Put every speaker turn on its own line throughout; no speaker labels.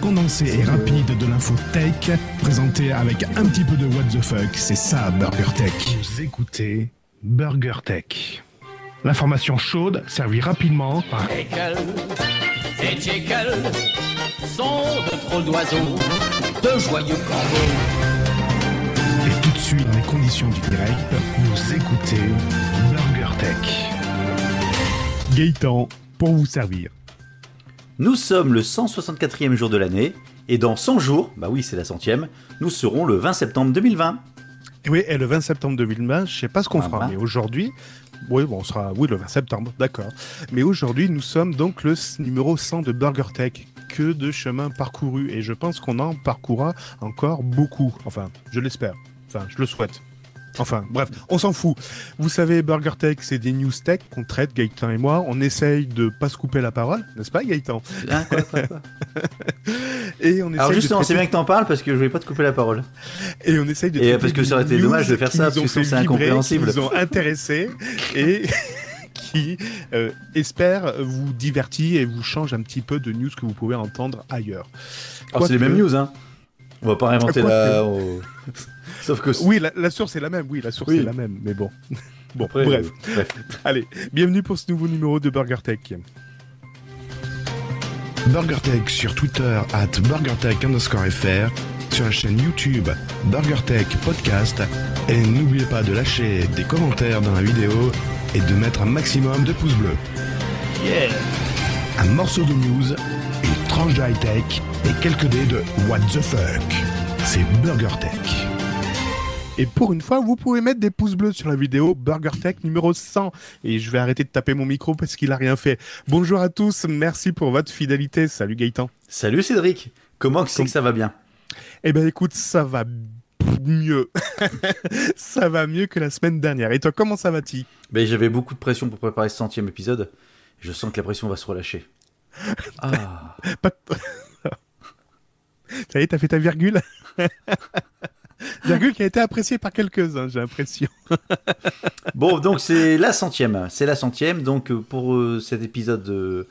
condensé et rapide de l'info tech, présenté avec un petit peu de what the fuck. C'est ça, Burger Tech.
Vous écoutez Burger Tech. L'information chaude servie rapidement par
Jekyll et Jekyll sont de trop d'oiseaux, de joyeux corbeaux.
Et tout de suite, dans les conditions du direct,
Vous écoutez Burger Tech. Gaëtan, pour vous servir.
Nous sommes le 164e jour de l'année, et dans 100 jours, bah oui, c'est la centième, nous serons le 20 septembre 2020.
Et oui, et le 20 septembre 2020, je sais pas ce qu'on
Ah
fera,
bah.
mais aujourd'hui, oui, bon, on sera, oui, le 20 septembre, d'accord. Mais aujourd'hui, nous sommes donc le s- numéro 100 de Burger Tech. Que de chemin parcouru, et je pense qu'on en parcourra encore beaucoup. Enfin, je l'espère. Enfin, je le souhaite. Enfin, bref, on s'en fout. Vous savez, Burger Tech, c'est des news tech qu'on traite, Gaëtan et moi. On essaye de pas se couper la parole, n'est-ce pas, Gaëtan
Hein, quoi, quoi, quoi
Et on
Alors
essaye de
justement, c'est
traiter-
bien que t'en parles parce que je voulais pas te couper la parole.
Et on essaye de.
Et
traiter
parce que ça aurait
des
été dommage
news
de faire
qui
ça,
nous
parce
ont
que je trouve
fait
ça
vibrer,
incompréhensible.
Qui nous ont intéressés et qui euh, espère vous divertit et vous change un petit peu de news que vous pouvez entendre ailleurs.
Alors Ah, c'est les
Quoique-
mêmes news, hein. On va pas réinventer
Ah, Quoi
la. on- Sauf que.
Oui, la, la source est la même. Oui, la source
Oui.
est la même. Mais bon. Bon,
Après,
bref.
euh, bref.
Allez, bienvenue pour ce nouveau numéro de Burger Tech.
BurgerTech sur Twitter at BurgerTech underscore FR, sur la chaîne YouTube BurgerTech Podcast. Et n'oubliez pas de lâcher des commentaires dans la vidéo et de mettre un maximum de pouces bleus. Un morceau de news, une tranche de high-tech et quelques dés de what the fuck. C'est BurgerTech.
Et pour une fois, vous pouvez mettre des pouces bleus sur la vidéo Burger Tech numéro 100. Et je vais arrêter de taper mon micro parce qu'il a rien fait. Bonjour à tous. Merci pour votre fidélité. Salut Gaëtan.
Salut Cédric Comment que c'est
Com-
que ça va bien
Eh ben écoute, ça va mieux. ça va mieux que la semaine dernière. Et toi, comment ça va-t-il
Ben, J'avais beaucoup de pression pour préparer ce centième épisode. Je sens que la pression va se relâcher. Ah
Pas de- Ça y est, t'as fait ta virgule Virgule qui a été appréciée par quelques-uns, j'ai l'impression.
Bon, donc c'est la centième. C'est la centième. Donc euh, pour euh, cet épisode, euh,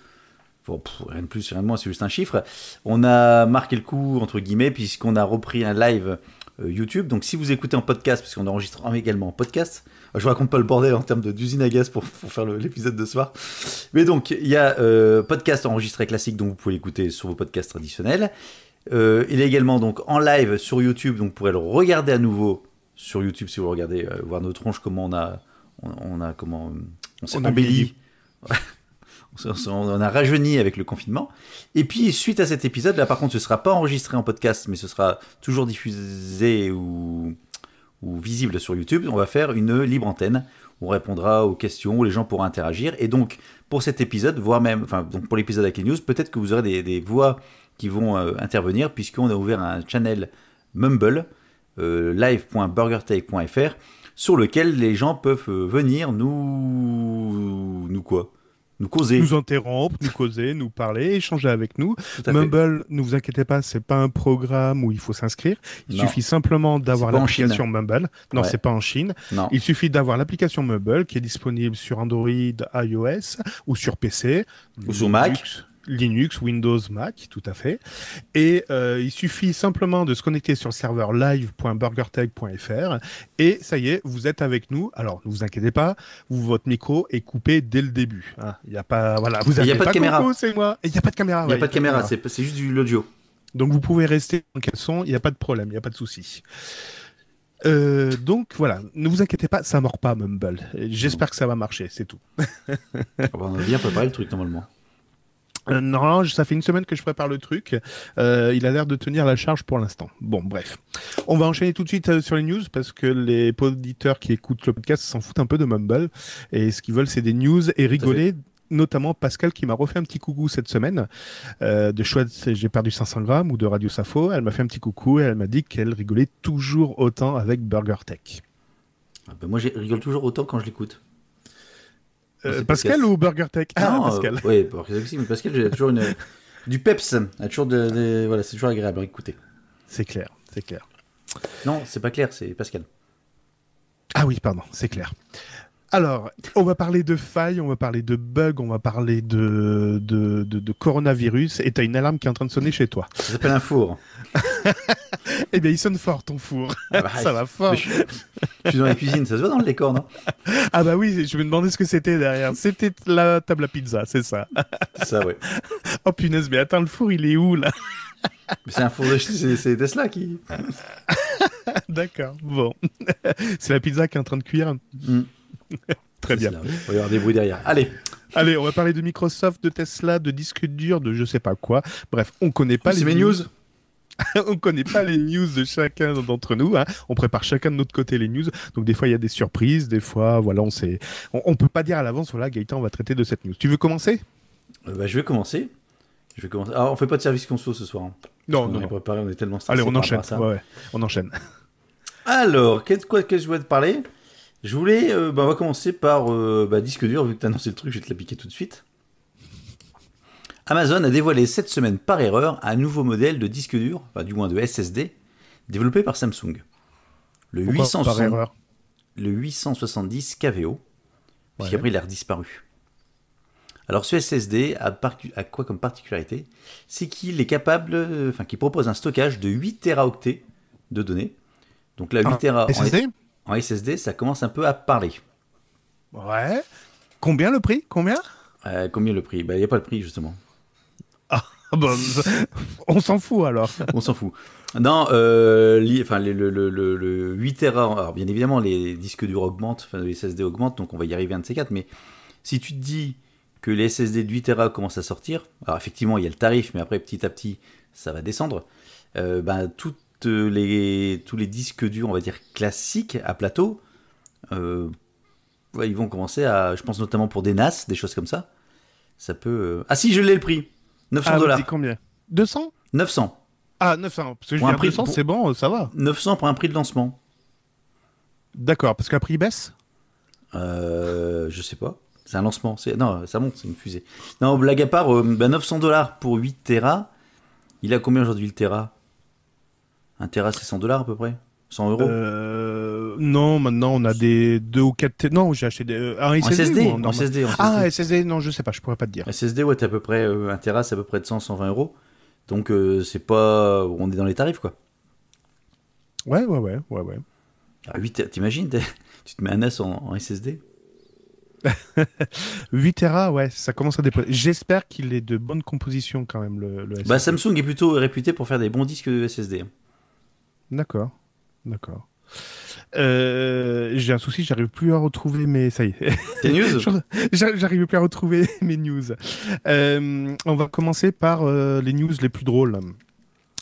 bon, pff, rien de plus, rien de moins, c'est juste un chiffre. On a marqué le coup, entre guillemets, puisqu'on a repris un live euh, YouTube. Donc si vous écoutez en podcast, parce qu'on enregistre en- également en podcast, euh, je vous raconte pas le bordel en termes de- d'usine à gaz pour, pour faire le- l'épisode de ce soir. Mais donc, il y a euh, podcast enregistré classique, donc vous pouvez l'écouter sur vos podcasts traditionnels. Euh, il est également donc en live sur YouTube, donc vous pourrez le regarder à nouveau sur YouTube si vous le regardez, euh, voir nos tronches, comment on a, on, on a comment, euh, on s'est
On a
embelli, on, s'est- on s'est- on a rajeuni avec le confinement. Et puis suite à cet épisode, là par contre, ce sera pas enregistré en podcast, mais ce sera toujours diffusé ou ou visible sur YouTube, on va faire une libre antenne. On répondra aux questions, les gens pourront interagir. Et donc, pour cet épisode, voire même, enfin, donc pour l'épisode avec les news, peut-être que vous aurez des, des voix qui vont euh, intervenir, puisqu'on a ouvert un channel Mumble, euh, live.burgertech.fr, sur lequel les gens peuvent euh, venir nous. nous quoi Nous causer.
Nous interrompre, nous causer, nous parler, échanger avec nous.
Tout à fait.
Mumble, ne vous inquiétez pas, c'est pas un programme où il faut s'inscrire. Il
Non.
suffit simplement d'avoir
pas en Chine.
l'application Mumble. Non,
Ouais.
c'est pas en Chine.
Non.
Il suffit d'avoir l'application Mumble qui est disponible sur Android, iOS ou sur PC.
Ou sur Mac.
Linux, Windows, Mac, tout à fait. Et euh, il suffit simplement de se connecter sur le serveur live.burgertech.fr et ça y est, vous êtes avec nous. Alors, ne vous inquiétez pas, vous- votre micro est coupé dès le début. hein. Il n'y a pas, voilà, vous
Et il n'y a
appelez
pas de caméra.
Coucou, c'est moi. Et Il n'y a pas de caméra.
Il
Ah ouais,
n'y a pas de caméra, c'est c'est juste de l'audio.
donc vous pouvez rester en caleçon, il n'y a pas de problème, il n'y a pas de souci. Euh, donc voilà, ne vous inquiétez pas, ça mord pas Mumble. Euh, J'espère que ça va marcher, c'est tout.
Ah bah, On a bien préparé le truc normalement.
Euh, normalement, je- ça fait une semaine que je prépare le truc. Euh, il a l'air de tenir la charge pour l'instant. Bon, bref. On va enchaîner tout de suite euh, sur les news parce que les auditeurs qui écoutent le podcast s'en foutent un peu de Mumble et ce qu'ils veulent, c'est des news et rigoler. Notamment Pascal qui m'a refait un petit coucou cette semaine euh, de Schwartz, j'ai perdu 500 grammes ou de Radio Safo. Elle m'a fait un petit coucou et elle m'a dit qu'elle rigolait toujours autant avec Burger Tech.
Ah bah, moi, je rigole toujours autant quand je l'écoute.
Euh,
C'est
Pascal
podcast.
ou Burger Tech Ah,
non,
Pascal.
euh, ouais, parce que si, mais Pascal, j'ai toujours une, euh, du peps. elle a toujours de, de- voilà, c'est toujours agréable à écouter.
C'est clair, c'est clair.
Non, c'est pas clair, c'est Pascal.
Ah oui, pardon, c'est clair. Alors, on va parler de failles, on va parler de bugs, on va parler de, de, de, de coronavirus, et t'as une alarme qui est en train de sonner chez toi.
Ça s'appelle un four.
Eh bien, il sonne fort ton four.
Ah bah,
Ça va fort.
Mais Je, je suis dans la cuisine, ça se voit dans le décor, non
Ah bah oui, je me demandais ce que c'était derrière. C'était la table à pizza, c'est ça.
Ça, ouais.
Oh punaise, mais attends, le four, il est où là
Mais c'est un four de. C'est c'est Tesla qui.
D'accord, bon. c'est la pizza qui est en train de cuire.
Mm.
Très bien.
Tesla, oui. Il va y avoir des bruits derrière. Allez,
Allez, on va parler de Microsoft, de Tesla, de disques durs, de je sais pas quoi. Bref, on connaît pas
c'est mes news.
on connaît pas les news de chacun d'entre nous. hein. On prépare chacun de notre côté les news. Donc des fois il y a des surprises, des fois voilà on sait. On, on peut pas dire à l'avance voilà Gaëtan on va traiter de cette news. Tu veux commencer
Euh, bah, je vais commencer. Je vais commencer. Ah, on fait pas de service conso ce soir. hein.
Non
on
Oh, non.
est
non.
préparé, on est tellement stressé.
Allez on
par
enchaîne.
rapport à ça.
Ouais, ouais, On enchaîne.
Alors, qu'est-ce quoi que je voulais te parler Je voulais, euh, bah, on va commencer par euh, bah, disque dur, vu que t'as annoncé le truc, je vais te l'appliquer tout de suite. Amazon a dévoilé cette semaine par erreur un nouveau modèle de disque dur, enfin, du moins de SSD, développé par Samsung. Le,
Pourquoi
800
par erreur
le 870 KVO,
Ouais.
puisqu'après il a redisparu. Alors ce SSD a, parcu- a quoi comme particularité C'est qu'il est capable, euh, enfin qu'il propose un stockage de 8 teraoctets de données. Donc là 8
Ah,
Tera en-
SSD
en, SSD, ça commence un peu à parler.
Ouais. Combien le prix Combien
Euh, combien le prix Bah il n'y a pas le prix justement.
Ah bah, On s'en fout alors.
On s'en fout. Non, euh, li- enfin, le, le- le- le- le 8 Tera, alors bien évidemment, les disques durs augmentent, enfin, les SSD augmentent, donc on va y arriver un de ces quatre, mais si tu te dis que les SSD de 8 Tera commencent à sortir, alors effectivement, il y a le tarif, mais après, petit à petit, ça va descendre, euh, ben, toutes les, tous les disques durs, on va dire, classiques, à plateau, euh, ouais, ils vont commencer à, je pense notamment pour des NAS, des choses comme ça, ça peut... euh, Ah si, je l'ai le prix 900
Ah,
dollars
dis combien 200
900
Ah 900. Parce que je
Pour un
viens
prix-
200
pour-
c'est bon ça va.
900 pour un prix de lancement
D'accord parce qu'un prix baisse.
Euh, je sais pas. C'est un lancement. C'est... Non, ça monte, c'est une fusée. Non, blague à part, euh, bah, 900 dollars pour 8 Tera. Il a combien aujourd'hui le Tera Un Tera, c'est 100 dollars à peu près 100 euros
Euh, non, maintenant on a des 2 ou 4 Non, j'ai acheté des... euh, un
En
SSD.
SSD
ou
En
normal
SSD, en SSD.
Ah, SSD, non, je sais pas, je pourrais pas te dire.
SSD, ouais, t'as à peu près euh, un Tera, c'est à peu près de 100, 120 euros. Donc, euh, c'est pas. On est dans les tarifs, quoi.
Ouais, ouais, ouais, ouais, ouais.
Ah, 8 Tera, t'imagines t'es- Tu te mets un NAS en, en SSD
8 Tera, ouais, ça commence à déposer. J'espère qu'il est de bonne composition quand même, le, le SSD.
Bah, Samsung est plutôt réputé pour faire des bons disques de SSD. hein.
D'accord, d'accord. Euh, j'ai un souci, j'arrive plus à retrouver mes. Ça y est,
Tes news
J'ar- j'arrive plus à retrouver mes news. Euh, on va commencer par euh, les news les plus drôles.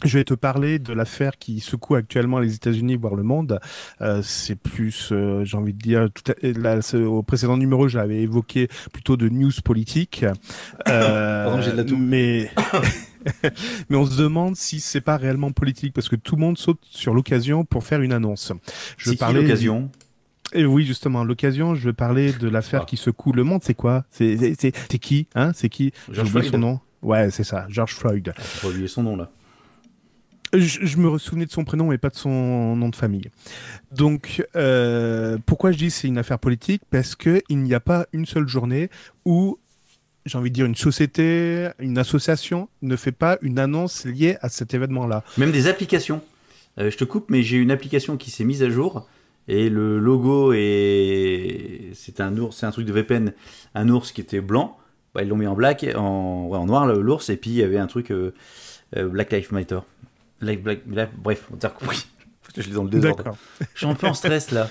Je vais te parler de l'affaire qui secoue actuellement les États-Unis, voire le monde. Euh, c'est plus, euh, j'ai envie de dire, tout à- là, ce- au précédent numéro, j'avais évoqué plutôt de news politique. Euh,
Pardon, j'ai de la toux.
mais mais on se demande si c'est pas réellement politique parce que tout le monde saute sur l'occasion pour faire une annonce. Je
C'est qui
parlais
l'occasion
et oui, justement, à l'occasion, je veux parler de l'affaire
Ah.
qui secoue le monde. C'est quoi C'est c'est- c'est- c'est qui Hein C'est qui
George
J'oublie son
Floyd.
nom. Ouais, c'est ça, George Floyd.
Ah, J'ai pas oublié son nom, là.
Je, je me souvenais de son prénom mais pas de son nom de famille. Donc, euh, pourquoi je dis que c'est une affaire politique Parce que il n'y a pas une seule journée où, j'ai envie de dire, une société, une association ne fait pas une annonce liée à cet événement-là.
Même des applications. Euh, je te coupe, mais j'ai une application qui s'est mise à jour et le logo est c'est un ours, c'est un truc de VPN, un ours qui était blanc. Bah, ils l'ont mis en black, en, ouais, en noir le- l'ours et puis il y avait un truc euh, euh, Black Lives Matter. Life, Black- Black- bref, on t'a compris. Parce que Je l'ai dans le désordre.
D'accord.
Je suis un peu en stress là.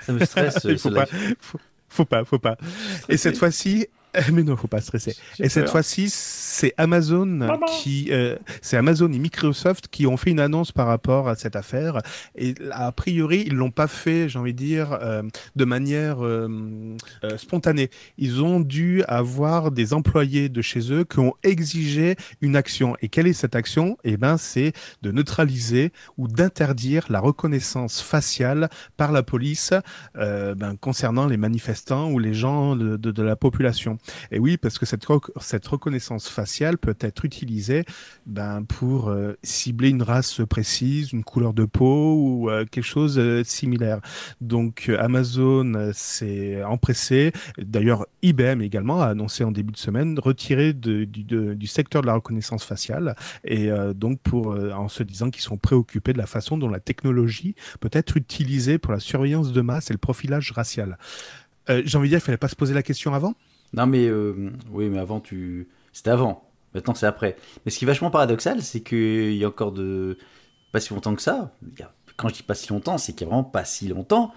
Ça me stresse.
Il
euh,
faut
ce
pas.
live.
Faut, faut pas, faut pas. Et cette fois-ci, mais non, faut pas stresser.
J'ai
Et cette
peur.
fois-ci, c'est Amazon qui, euh, c'est Amazon et Microsoft qui ont fait une annonce par rapport à cette affaire. Et a priori, ils l'ont pas fait, j'ai envie de dire, euh, de manière euh, euh, spontanée. Ils ont dû avoir des employés de chez eux qui ont exigé une action. Et quelle est cette action Eh ben, c'est de neutraliser ou d'interdire la reconnaissance faciale par la police euh, ben, concernant les manifestants ou les gens de- de- de la population. Et oui, parce que cette, rec- cette reconnaissance faciale raciale peut être utilisée ben, pour euh, cibler une race précise, une couleur de peau ou euh, quelque chose euh, de similaire. Donc euh, Amazon euh, s'est empressé, d'ailleurs IBM également a annoncé en début de semaine retirer de- du, de- du secteur de la reconnaissance faciale et euh, donc pour euh, en se disant qu'ils sont préoccupés de la façon dont la technologie peut être utilisée pour la surveillance de masse et le profilage racial. Euh, J'ai envie de dire, il fallait pas se poser la question avant.
Non, mais euh, oui, mais avant, tu. C'était avant. Maintenant, c'est après. Mais ce qui est vachement paradoxal, c'est qu'il y a encore de. Pas si longtemps que ça. Il y a- Quand je dis pas si longtemps, c'est qu'il n'y a vraiment pas si longtemps.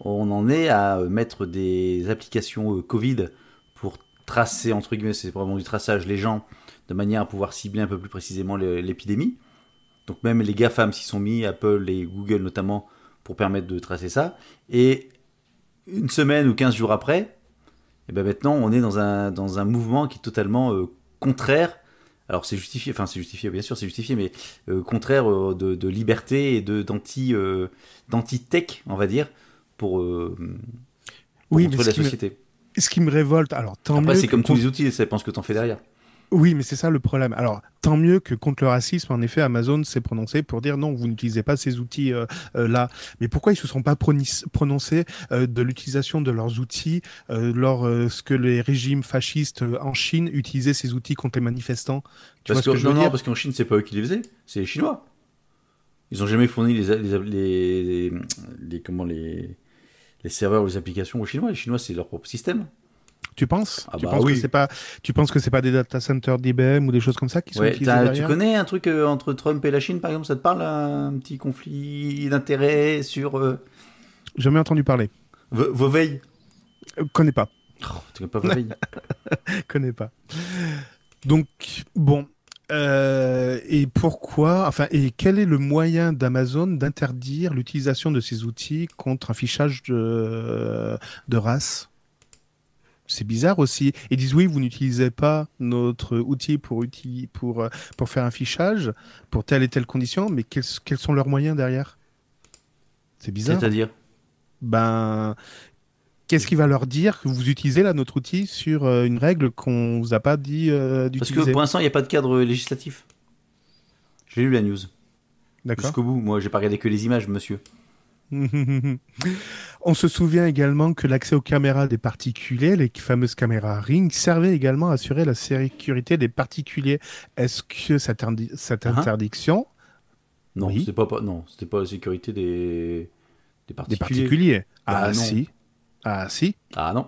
On en est à euh, mettre des applications euh, Covid pour tracer, entre guillemets, c'est vraiment du traçage, les gens, de manière à pouvoir cibler un peu plus précisément le- l'épidémie. Donc, même les GAFAM s'y sont mis, Apple et Google notamment, pour permettre de tracer ça. Et une semaine ou 15 jours après, et ben maintenant, on est dans un, dans un mouvement qui est totalement euh, contraire. Alors, c'est justifié, enfin, c'est justifié, bien sûr, c'est justifié, mais euh, contraire euh, de, de liberté et de- d'anti, euh, d'anti-tech, on va dire, pour, euh, pour
Oui, mais
contrôler
ce
la
qui me-
société.
Ce qui me révolte, alors tant
Après,
mieux
c'est
que
comme tous
qu'on-
les outils, ça dépend ce que t'en fais derrière.
Oui, mais c'est ça le problème. Alors, tant mieux que contre le racisme, en effet, Amazon s'est prononcé pour dire non, vous n'utilisez pas ces outils-là. mais pourquoi ils se sont pas pronis- prononcés euh, de l'utilisation de leurs outils euh, lorsque les régimes fascistes euh, en Chine utilisaient ces outils contre les manifestants Tu
Parce
vois ce que, je
non,
veux
non,
dire
parce qu'en Chine, c'est pas eux qui les faisaient, c'est les Chinois. Ils ont jamais fourni les, les, les, les- les- comment, les, les serveurs ou les applications aux Chinois. Les Chinois, c'est leur propre système.
Tu penses
Ah
Tu
bah
penses
oui.
que c'est pas Tu penses que c'est pas des data centers d'IBM ou des choses comme ça qui sont
Ouais,
utilisés
t'as- tu
derrière
connais un truc euh, entre Trump et la Chine, par exemple Ça te parle Un petit conflit d'intérêts sur euh,
Jamais entendu parler.
Ve- Vauveil
Euh, connais pas.
Oh, Tu connais pas Vauveil
connais pas. Donc, bon. Euh, et pourquoi, enfin, et quel est le moyen d'Amazon d'interdire l'utilisation de ces outils contre un fichage de, de race C'est bizarre aussi. Ils disent oui, vous n'utilisez pas notre outil pour, uti- pour, euh, pour faire un fichage, pour telle et telle condition, mais quels, quels sont leurs moyens derrière C'est bizarre.
C'est-à-dire
Ben, qu'est-ce qui va leur dire que vous utilisez là notre outil sur euh, une règle qu'on vous a pas dit euh,
Parce que
d'utiliser
pour l'instant, il n'y a pas de cadre législatif. J'ai lu la news.
D'accord.
Jusqu'au bout. Moi, j'ai pas regardé que les images, monsieur.
On se souvient également que l'accès aux caméras des particuliers, les fameuses caméras Ring, servait également à assurer la sécurité des particuliers. Est-ce que cette, indi- cette
Ah.
interdiction
Non,
Oui.
c'était pas, pas- non, c'était pas la sécurité des, des
des
particuliers.
particuliers
Bah
Ah
non.
si, ah si,
Ah non.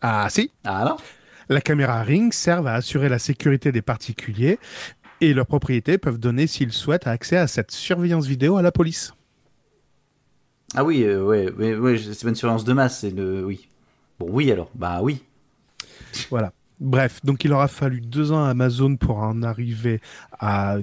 ah si,
Ah non.
La caméra Ring serve à assurer la sécurité des particuliers et leurs propriétés peuvent donner, s'ils souhaitent, accès à cette surveillance vidéo à la police.
Ah oui, euh, ouais, ouais, ouais, c'est pas une surveillance de masse, c'est le, oui. Bon, oui alors. Bah oui.
Voilà. Bref, donc il aura fallu deux ans à Amazon pour en arriver à,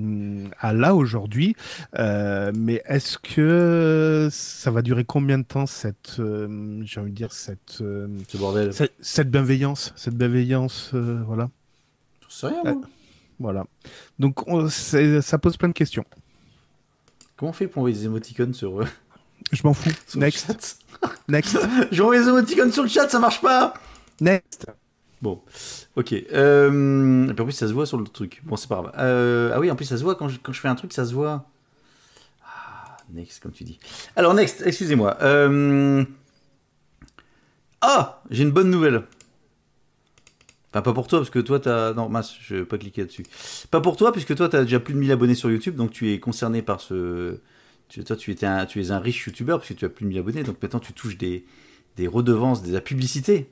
à là aujourd'hui. Euh, mais est-ce que ça va durer combien de temps cette, euh, j'ai envie de dire cette, euh,
Ce bordel.
cette, cette bienveillance, cette bienveillance, euh, voilà,
J'en sais rien,
Ah.
moi.
voilà. Donc on- c'est- ça pose plein de questions.
Comment on fait pour envoyer des émoticônes sur, euh,
Je m'en fous.
sur le
Next,
chat
next,
J'envoie des émoticônes sur le chat, ça marche pas
next.
Bon, ok. Euh, et puis en plus, ça se voit sur le truc. Bon, c'est pas grave. Euh, ah oui, en plus, ça se voit quand je, quand je fais un truc, ça se voit. Ah, next, comme tu dis. Alors, next, excusez-moi. Euh, Ah, j'ai une bonne nouvelle. Enfin, pas pour toi, parce que toi, t'as. Non, mince, je vais pas cliquer là-dessus. Pas pour toi, puisque toi, t'as déjà plus de 1000 abonnés sur YouTube, donc tu es concerné par ce. Tu, toi, tu, étais un, tu es un riche YouTuber, parce que tu as plus de 1000 abonnés, donc maintenant, tu touches des, des redevances, de la publicité.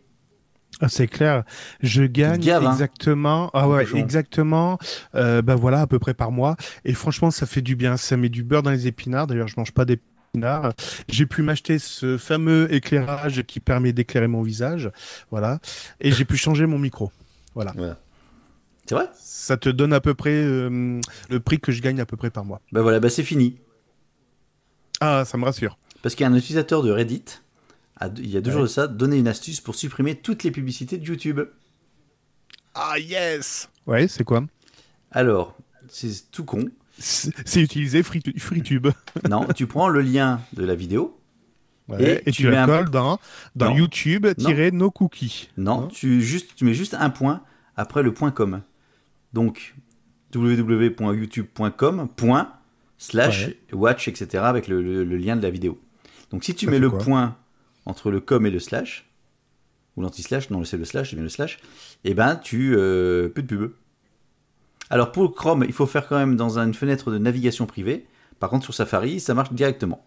Ah, c'est clair, je gagne
gaves, hein.
exactement, ah ouais,
cochon.
exactement, euh, ben voilà, à peu près par mois. Et franchement, ça fait du bien, ça met du beurre dans les épinards. D'ailleurs, je mange pas d'épinards. J'ai pu m'acheter ce fameux éclairage qui permet d'éclairer mon visage, voilà. Et j'ai pu changer mon micro.
C'est vrai
Ça te donne à peu près euh, le prix que je gagne à peu près par mois.
Bah voilà, bah c'est fini.
Ah, ça me rassure.
Parce qu'un utilisateur de Reddit, a- il y a deux
Ouais.
jours de ça, donné une astuce pour supprimer toutes les publicités de YouTube.
Ah yes. Ouais, c'est quoi
Alors, c'est tout con.
C'est c'est utilisé Free- FreeTube.
Non, tu prends le lien de la vidéo.
Ouais,
Et
et,
tu
tu,
mets un-
la colles dans, dans
Non.
YouTube-No Cookies.
Non,
Non.
tu, juste, tu mets juste un point après le point com. Donc, www.youtube.com. point, Slash, watch, etc. avec le, le- le lien de la vidéo. Donc, si tu
Ça
mets
fait
le
quoi
point entre le com et le slash, ou l'anti-slash, non, c'est le slash, c'est bien le slash, et ben, tu. euh, plus de pub. Alors, pour Chrome, il faut faire quand même dans une fenêtre de navigation privée. Par contre, sur Safari, ça marche directement.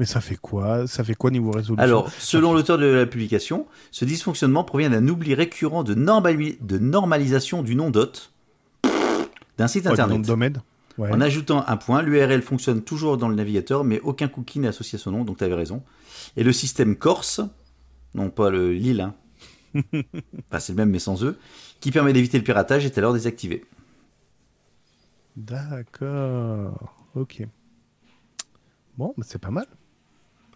Mais ça fait quoi Ça fait quoi niveau résolution
Alors, selon l'auteur de la publication, ce dysfonctionnement provient d'un oubli récurrent de, normali- de normalisation du nom dot d'un site
Ouais, du nom
internet.
de domaine Ouais.
En ajoutant un point, l'URL fonctionne toujours dans le navigateur, mais aucun cookie n'est associé à son nom, donc tu avais raison. Et le système Corse, non pas le Lille, hein. Enfin, c'est le même mais sans eux, qui permet d'éviter le piratage est alors désactivé.
D'accord. Ok. Bon, bah, c'est pas mal.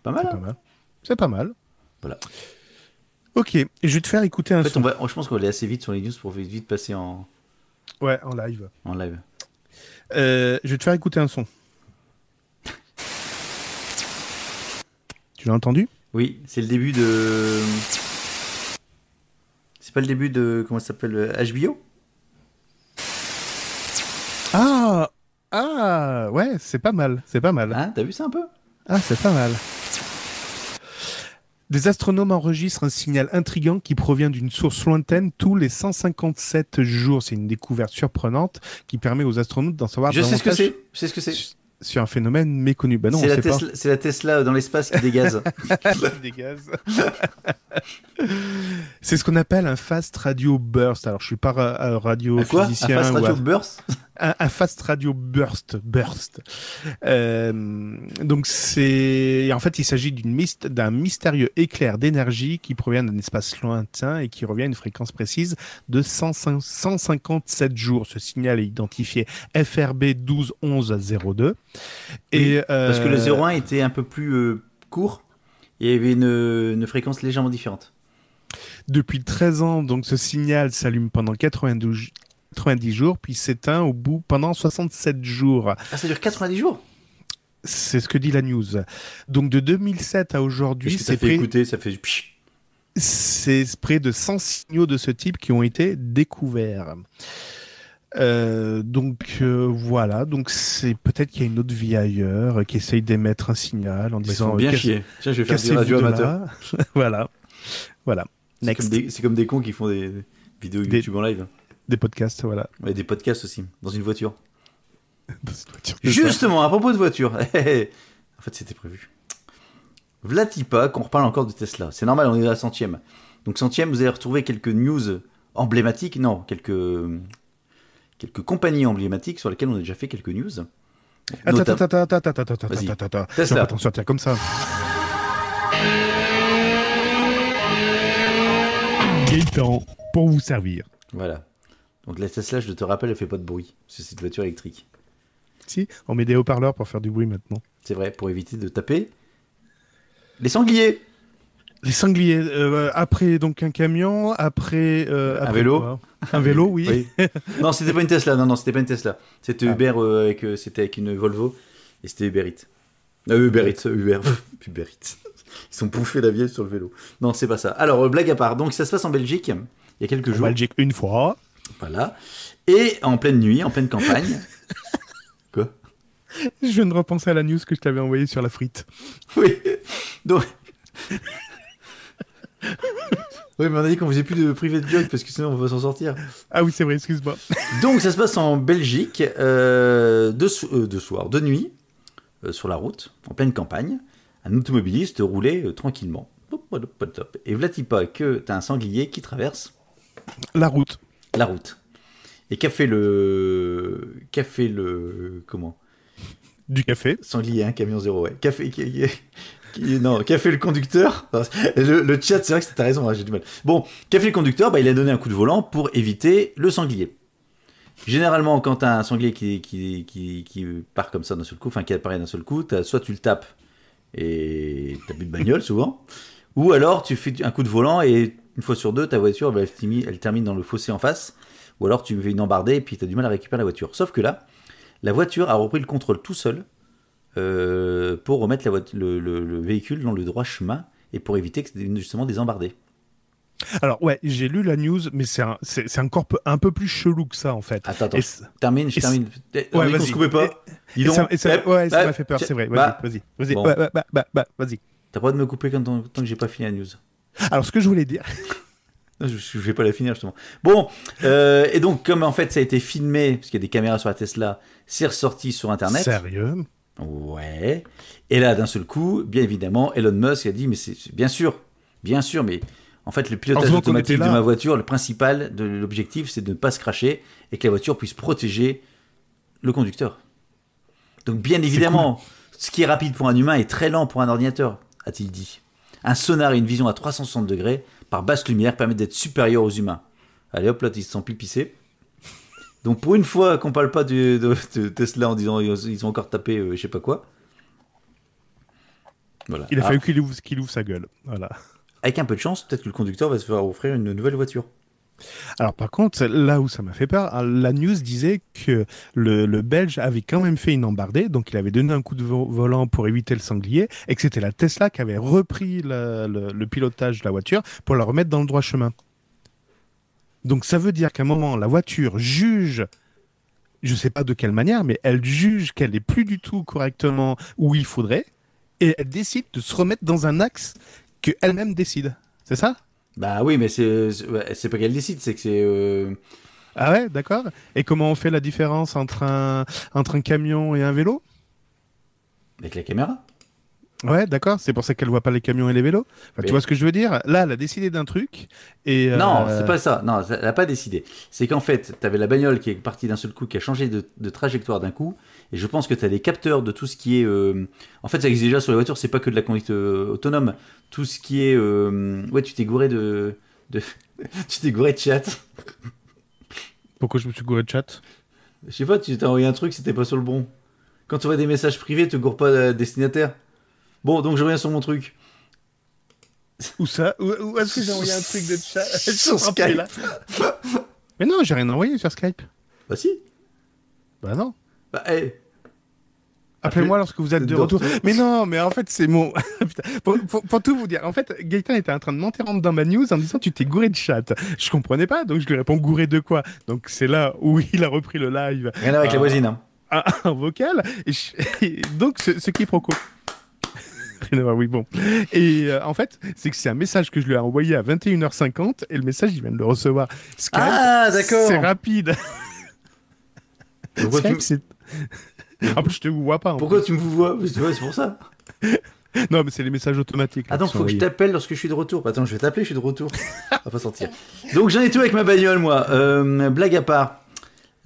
Pas mal.
C'est
hein
pas mal. C'est pas mal.
Voilà.
Ok, et je vais te faire écouter un
en fait,
son.
on va, je pense qu'on va aller assez vite sur les news pour vite vite passer en,
Ouais, en live.
en live.
Euh, je vais te faire écouter un son. Tu l'as entendu
Oui, c'est le début de. C'est pas le début de. Comment ça s'appelle euh, HBO
Ah Ah Ouais, c'est pas mal. C'est pas mal.
Hein T'as vu ça un peu
Ah, c'est pas mal. Des astronomes enregistrent un signal intrigant qui provient d'une source lointaine tous les 157 jours. C'est une découverte surprenante qui permet aux astronautes d'en savoir
Je sais ce que
davantage
c'est. Je sais ce que c'est.
sur un phénomène méconnu. Bah non,
c'est
on
la,
sait pas.
Tesla- c'est la Tesla euh, dans l'espace qui dégaze.
des gaz. c'est ce qu'on appelle un fast radio burst. Alors, je suis pas ra- euh,
Un quoi Un
radiophysicien.
fast
ou
radio
a-
burst
un, un fast radio burst burst. Euh, donc c'est en fait il s'agit d'une myst- d'un mystérieux éclair d'énergie qui provient d'un espace lointain et qui revient à une fréquence précise de 105 157 jours. Ce signal est identifié FRB 12 11 02 et
Parce que le
euh,
01 était un peu plus euh, court et il y avait une, une fréquence légèrement différente.
Depuis 13 ans, donc ce signal s'allume pendant 92 90 jours, puis s'éteint au bout pendant 67 jours.
Ah, ça dure 90 jours
C'est ce que dit la news. Donc de 2007 à aujourd'hui,
Parce que ça
c'est
fait
près,
écouter, ça fait. psh.
c'est près de 100 signaux de ce type qui ont été découverts. Euh, donc euh, voilà, donc c'est peut-être qu'il y a une autre vie ailleurs euh, qui essaye d'émettre un signal en
Bah, Ils sont
disant
bien
euh, casse-
chier. Tiens, je vais faire du
cassez-vous
radio
de
amateur.
là. voilà, voilà.
C'est comme,
Next, des...
des- c'est comme des cons qui font des, des vidéos
Des-
YouTube en live.
podcasts, voilà.
Ouais, des podcasts aussi, dans une voiture.
Dans cette voiture.
Justement, à propos de voiture, hé, hé, hé. en fait c'était prévu. Vlatipa, qu'on reparle encore de Tesla. C'est normal, on est à la centième. Donc centième, vous allez retrouver quelques news emblématiques, non, quelques, quelques compagnies emblématiques sur lesquelles on a déjà fait quelques news.
Attends,
Notam-
attends, attends, attends, attends, attends, attends,
Vas-y.
attends, attends, attends.
Tesla.
Je vais pas t'en sortir comme ça. Gaëtan, pour vous servir.
Voilà. Donc la Tesla, je te rappelle, elle fait pas de bruit, parce que c'est une voiture électrique.
Si, on met des haut-parleurs pour faire du bruit maintenant.
C'est vrai, pour éviter de taper les sangliers.
Les sangliers, euh, après donc un camion, après... euh, après
vélo.
quoi Un vélo, oui.
Oui. non, c'était pas une Tesla. Non, non, c'était pas une Tesla. C'était
Ah.
Uber euh, avec, euh, c'était avec une Volvo et c'était Uber Eats. Euh, Uber Eats, euh, Uber, Uber Eats. Ils sont pouffés la vieille sur le vélo. Non, c'est pas ça. Alors, euh, blague à part. Donc, ça se passe en Belgique il y a quelques
On
jours.
va le dire une fois.
Voilà. Et en pleine nuit, en pleine campagne. Quoi
Je viens de repenser à la news que je t'avais envoyée sur la frite.
Oui. Donc. Oui, mais on a dit qu'on faisait plus de privé de joke parce que sinon on va s'en sortir.
Ah oui, c'est vrai, excuse-moi.
Donc ça se passe en Belgique, euh, de, so- euh, de soir, de nuit, euh, sur la route, en pleine campagne. Un automobiliste roulait euh, tranquillement. Pop, pop, pop, pop. Et voilà pas que t'as un sanglier qui traverse
La route.
la route. Et qu'a fait le... Qu'a fait le... Comment
Du café.
Sanglier, un hein, camion zéro, ouais. Qu'a fait... qui- qui- qui- Non, qu'a fait le conducteur le, le chat, c'est vrai que t'as raison, hein, j'ai du mal. Bon, qu'a fait le conducteur bah, Il a donné un coup de volant pour éviter le sanglier. Généralement, quand t'as un sanglier qui, qui, qui, qui part comme ça d'un seul coup, enfin qui apparaît d'un seul coup, t'as- soit tu le tapes et t'as plus de bagnole souvent, ou alors tu fais un coup de volant et une fois sur deux, ta voiture, bah, elle, timi- elle termine dans le fossé en face, ou alors tu fais une embardée et puis t'as du mal à récupérer la voiture. Sauf que là, la voiture a repris le contrôle tout seul euh, pour remettre la voit- le, le- le véhicule dans le droit chemin et pour éviter que c'est une- justement des embardés.
Alors ouais, j'ai lu la news, mais c'est un- c'est c'est encore peu- un peu plus chelou que ça en fait.
Attends, attends,
Et
je termine, je
et
termine. On
Ouais,
dit qu'on
vas-y.
se coupait pas. Dis
Et ça,
donc.
et ça-
Hep,
ouais, ça
hep,
m'a fait peur,
tiens.
c'est vrai. Vas-y,
Bah,
vas-y, vas-y.
Bon.
Ouais, bah, bah, bah, bah, vas-y.
T'as pas de me couper quand- tant tant que j'ai pas fini la news.
Alors, ce que je voulais dire,
Non, Je, je vais pas la finir justement. Bon, euh, et donc comme en fait ça a été filmé, parce qu'il y a des caméras sur la Tesla, c'est ressorti sur Internet.
sérieux,
Ouais. Et là, d'un seul coup, bien évidemment, Elon Musk a dit, mais c'est c'est- bien sûr, bien sûr, mais en fait le pilotage
Heureusement qu'on
automatique
était
de
là.
ma voiture, le principal de l'objectif, c'est de ne pas se cracher et que la voiture puisse protéger le conducteur. Donc bien évidemment, ce qui est rapide pour un humain est très lent pour un ordinateur, a-t-il dit. Un sonar et une vision à 360 degrés par basse lumière permettent d'être supérieurs aux humains. Allez hop là, ils se sont pipissés. Donc pour une fois qu'on parle pas du- de, de Tesla en disant ils ont- ils ont encore tapé euh, je sais pas quoi. Voilà.
il a
Ah,
fallu qu'il ouvre, qu'il ouvre sa gueule. Voilà.
Avec un peu de chance, peut-être que le conducteur va se faire offrir une nouvelle voiture.
Alors par contre, là où ça m'a fait peur, euh, la news disait que le, le Belge avait quand même fait une embardée, donc il avait donné un coup de vo- volant pour éviter le sanglier, et que c'était la Tesla qui avait repris la- le, le pilotage de la voiture pour la remettre dans le droit chemin. Donc ça veut dire qu'à un moment, la voiture juge, je sais pas de quelle manière, mais elle juge qu'elle est plus du tout correctement où il faudrait, et elle décide de se remettre dans un axe que elle-même décide. C'est ça
Bah oui, mais c'est c'est- ouais, c'est pas qu'elle décide, c'est que c'est euh,
Ah ouais, d'accord. Et comment on fait la différence entre un, entre un camion et un vélo
avec la caméra.
Ouais, d'accord. C'est pour ça qu'elle voit pas les camions et les vélos. Enfin,
Mais-
Tu vois ce que je veux dire Là, elle a décidé d'un truc et euh,
Non, c'est pas ça. Non, ça- elle a pas décidé. C'est qu'en fait, t'avais la bagnole qui est partie d'un seul coup, qui a changé de, de trajectoire d'un coup. Et je pense que t'as des capteurs de tout ce qui est. euh, En fait, ça existe déjà sur les voitures. C'est pas que de la conduite euh, autonome. Tout ce qui est. euh, Ouais, tu t'es gouré de. de... tu t'es gouré de chat.
Pourquoi je me suis gouré de chat
Je sais pas, tu t'as envoyé un truc, c'était pas sur le bon. Quand tu vois des messages privés, te gourre pas la destinataire. Bon, donc je reviens sur mon truc.
Où ça Où, où est-ce que j'ai envoyé un truc de chat Je
Sur
me rappelle,
Skype.
là. Mais non, j'ai rien envoyé sur Skype.
Bah si.
Bah non.
Bah, eh,
Appelez-moi lorsque vous êtes de
De
retour.
retour.
Mais non, mais en fait, c'est mon. Ah, Putain, pour, pour- pour tout vous dire, en fait, Gaëtan était en train de m'interrompre dans ma news en disant Tu t'es gouré de chat. Je comprenais pas, donc je lui réponds Gouré de quoi Donc c'est là où il a repris le live
rien à voir avec la
Ah.
voisine. hein.
en- en vocal. Et je- et donc, ce, ce qui est proco. Rien à voir, oui, bon. Et euh, en fait, c'est que c'est un message que je lui ai envoyé à 21h50 et le message, il vient de le recevoir. Skype,
Ah, d'accord.
C'est rapide.
Pourquoi, tu,
Skype, c'est. En plus, je te vois pas. en
pourquoi tu me vois Parce que, ouais, C'est pour ça.
Non, mais c'est les messages automatiques. là,
Ah donc
qui sont
faut que je
envoyés.
t'appelle lorsque je suis de retour. Attends, je vais t'appeler, je suis de retour. On va pas sortir. Donc j'en ai tout avec ma bagnole moi. Euh, blague à part.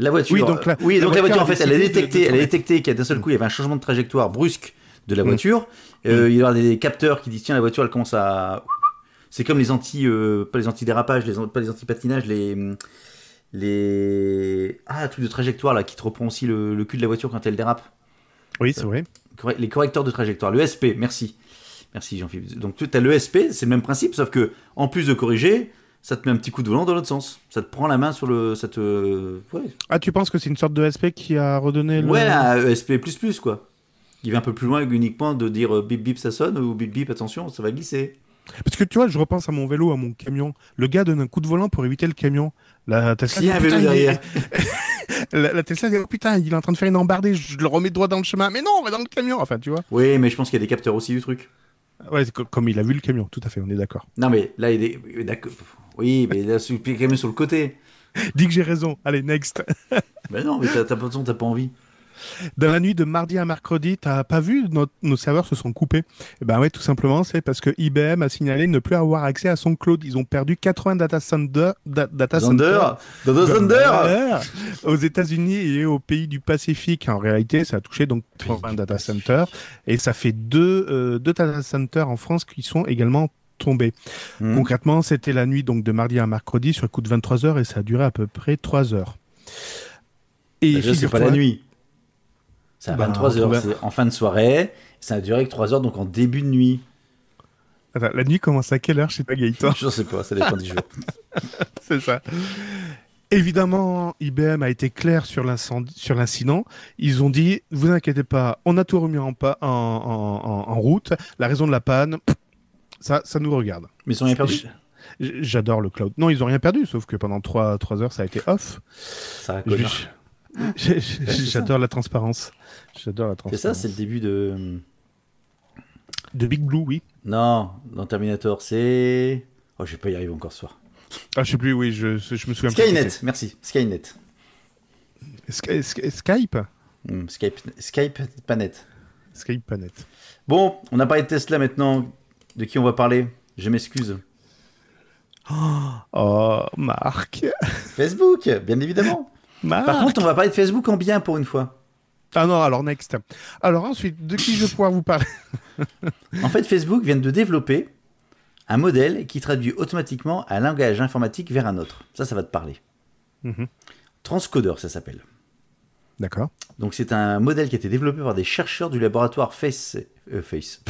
La voiture. euh,
Oui, donc la- la
donc la voiture en
voiture a
fait, elle a
décidé de-
détecté,
de Mm.
elle a
tourner.
détecté qu'il y a d'un seul coup il y avait un changement de trajectoire brusque de
Mm.
la voiture. Euh, Il y aura des capteurs qui disent tiens la voiture elle commence à. C'est comme les anti, euh, pas les anti dérapages, les an- pas les anti patinages, les les ah truc de trajectoire là qui te reprend aussi le, le cul de la voiture quand elle dérape.
Oui, c'est vrai.
Corre- les correcteurs de trajectoire, le SP, merci. Merci Jean-Philippe. Donc tu as le SP, c'est le même principe, sauf que en plus de corriger, ça te met un petit coup de volant dans l'autre sens. Ça te prend la main sur le. Ça te. Ouais,
Ah, tu penses que c'est une sorte de SP qui a redonné le.
ouais E un ESP, quoi. Il va un peu plus loin uniquement de dire euh, bip bip ça sonne ou bip bip attention, ça va glisser.
Parce que tu vois, je repense à mon vélo, à mon camion. Le gars donne un coup de volant pour éviter le camion. La Tesla.
S'il y a un
dit,
vélo
Putain, il-
derrière.
La, la Tesla dit oh, putain, il est en train de faire une embardée. Je le remets droit dans le chemin. Mais non, on va dans le camion. Enfin, tu vois.
Oui, mais je pense qu'il y a des capteurs aussi du truc.
Ah Ouais, c'est co- comme il a vu le camion. Tout à fait, on est d'accord.
Non mais là il est. oui, d'accord. Oui, mais là c'est quand même sur le côté.
Dis que j'ai raison. Allez, next.
Ben non, mais t'as t'as pas de son, t'as pas envie.
Dans la nuit de mardi à mercredi, t'as pas vu notre- nos serveurs se sont coupés Eh ben ouais, tout simplement, c'est parce que IBM a signalé ne plus avoir accès à son cloud. Ils ont perdu 80 data centers. da- data
Thunder,
centers.
Thunder, Thunder.
Thunder Bah, aux États-Unis et aux pays du Pacifique. En réalité, ça a touché donc un data center et ça fait deux, euh, deux data centers en France qui sont également tombés.
Hmm.
Concrètement, c'était la nuit donc de mardi à mercredi sur le coup de 23 heures et ça a duré à peu près 3 heures. Et
Déjà, c'est Bah, pas
figure-toi-
la nuit. C'est à
Bah,
23h,
entre-
c'est en fin de soirée. Ça a duré que 3h, donc en début de nuit.
Attends, la nuit commence à quelle heure chez toi, Gaëtan
Je sais pas, ça dépend du jeu.
C'est ça. Évidemment, IBM a été clair sur l'incendi- sur l'incident. Ils ont dit, vous inquiétez pas, on a tout remis en, pa- en, en- en- en route. La raison de la panne, pff, ça, ça nous regarde.
Mais ils sont rien perdus.
J- J'adore le cloud. Non, ils ont rien perdu, sauf que pendant 3, trois heures, ça a été off.
Ça raconte.
J- j- j-
c'est ça.
J'adore la transparence. J'adore la
C'est
transparence.
ça, c'est le début de. hmm,
De Big Blue, oui.
Non, dans Terminator, c'est. Oh, je vais pas y arriver encore ce soir.
Ah, je sais plus, oui, je, je me souviens plus.
Skynet, merci. Skynet.
Sky- Sky- Skype
Hmm, Skype, Skype Planet.
Skype pas net.
Bon, on a parlé de Tesla maintenant. De qui on va parler Je m'excuse.
Oh, Marc.
Facebook, bien évidemment.
Marc.
Par contre, on va parler de Facebook en bien pour une fois.
Ah non, alors next. Alors ensuite, de qui je vais pouvoir vous parler
En fait, Facebook vient de développer un modèle qui traduit automatiquement un langage informatique vers un autre. Ça, ça va te parler.
Mhm.
Transcoder, ça s'appelle.
D'accord.
Donc, c'est un modèle qui a été développé par des chercheurs du laboratoire Face. euh, Face.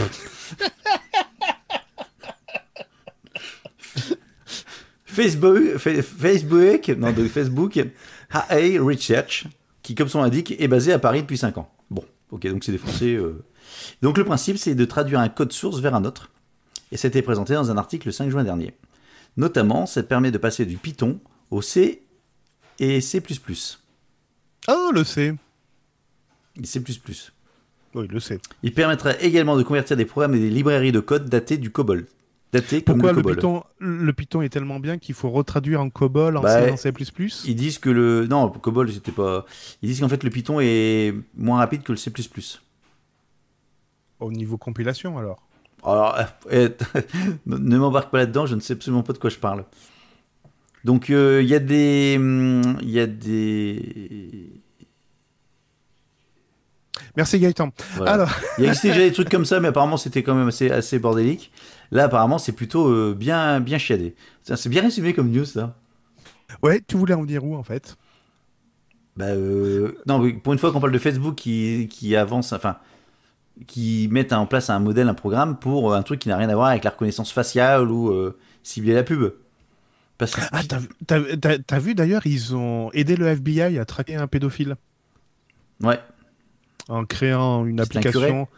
Facebook, Fa- Facebook, non, de Facebook, HA Research, qui, comme son indique, est basé à Paris depuis 5 ans. Bon, ok, donc c'est des Français. euh. Donc le principe, c'est de traduire un code source vers un autre. Et ça a été présenté dans un article le 5 juin dernier. Notamment, ça permet de passer du Python au C et C++.
Ah, le C.
Et C++.
Oui, le C.
Il permettra également de convertir des programmes et des librairies de code datés du COBOL. Datés comme
Pourquoi
le
le,
COBOL.
Python, le Python est tellement bien qu'il faut retraduire en COBOL, en
Bah,
C, en C++
Ils disent que le. Non, le COBOL, c'était pas. Ils disent qu'en fait, le Python est moins rapide que le C.
Au niveau compilation, alors.
Alors, euh, euh, ne m'embarque pas là-dedans, je ne sais absolument pas de quoi je parle. Donc, euh, il y a des. hum, Il y a des.
Merci Gaëtan.
Voilà.
Alors,
Il existait déjà des trucs comme ça, mais apparemment, c'était quand même assez, assez bordélique. Là, apparemment, c'est plutôt euh, bien, bien chiadé. Ça, C'est bien résumé comme news, ça.
ouais, tu voulais en venir où, en fait
Bah, euh, non, mais pour une fois qu'on parle de Facebook qui, qui avance, enfin, qui mettent en place un modèle, un programme pour euh, un truc qui n'a rien à voir avec la reconnaissance faciale ou euh, cibler la pub. Parce que,
Ah, t'as- t'as t'as- t'as vu d'ailleurs, ils ont aidé le FBI à traquer un pédophile
ouais,
en créant une
C'était un
application.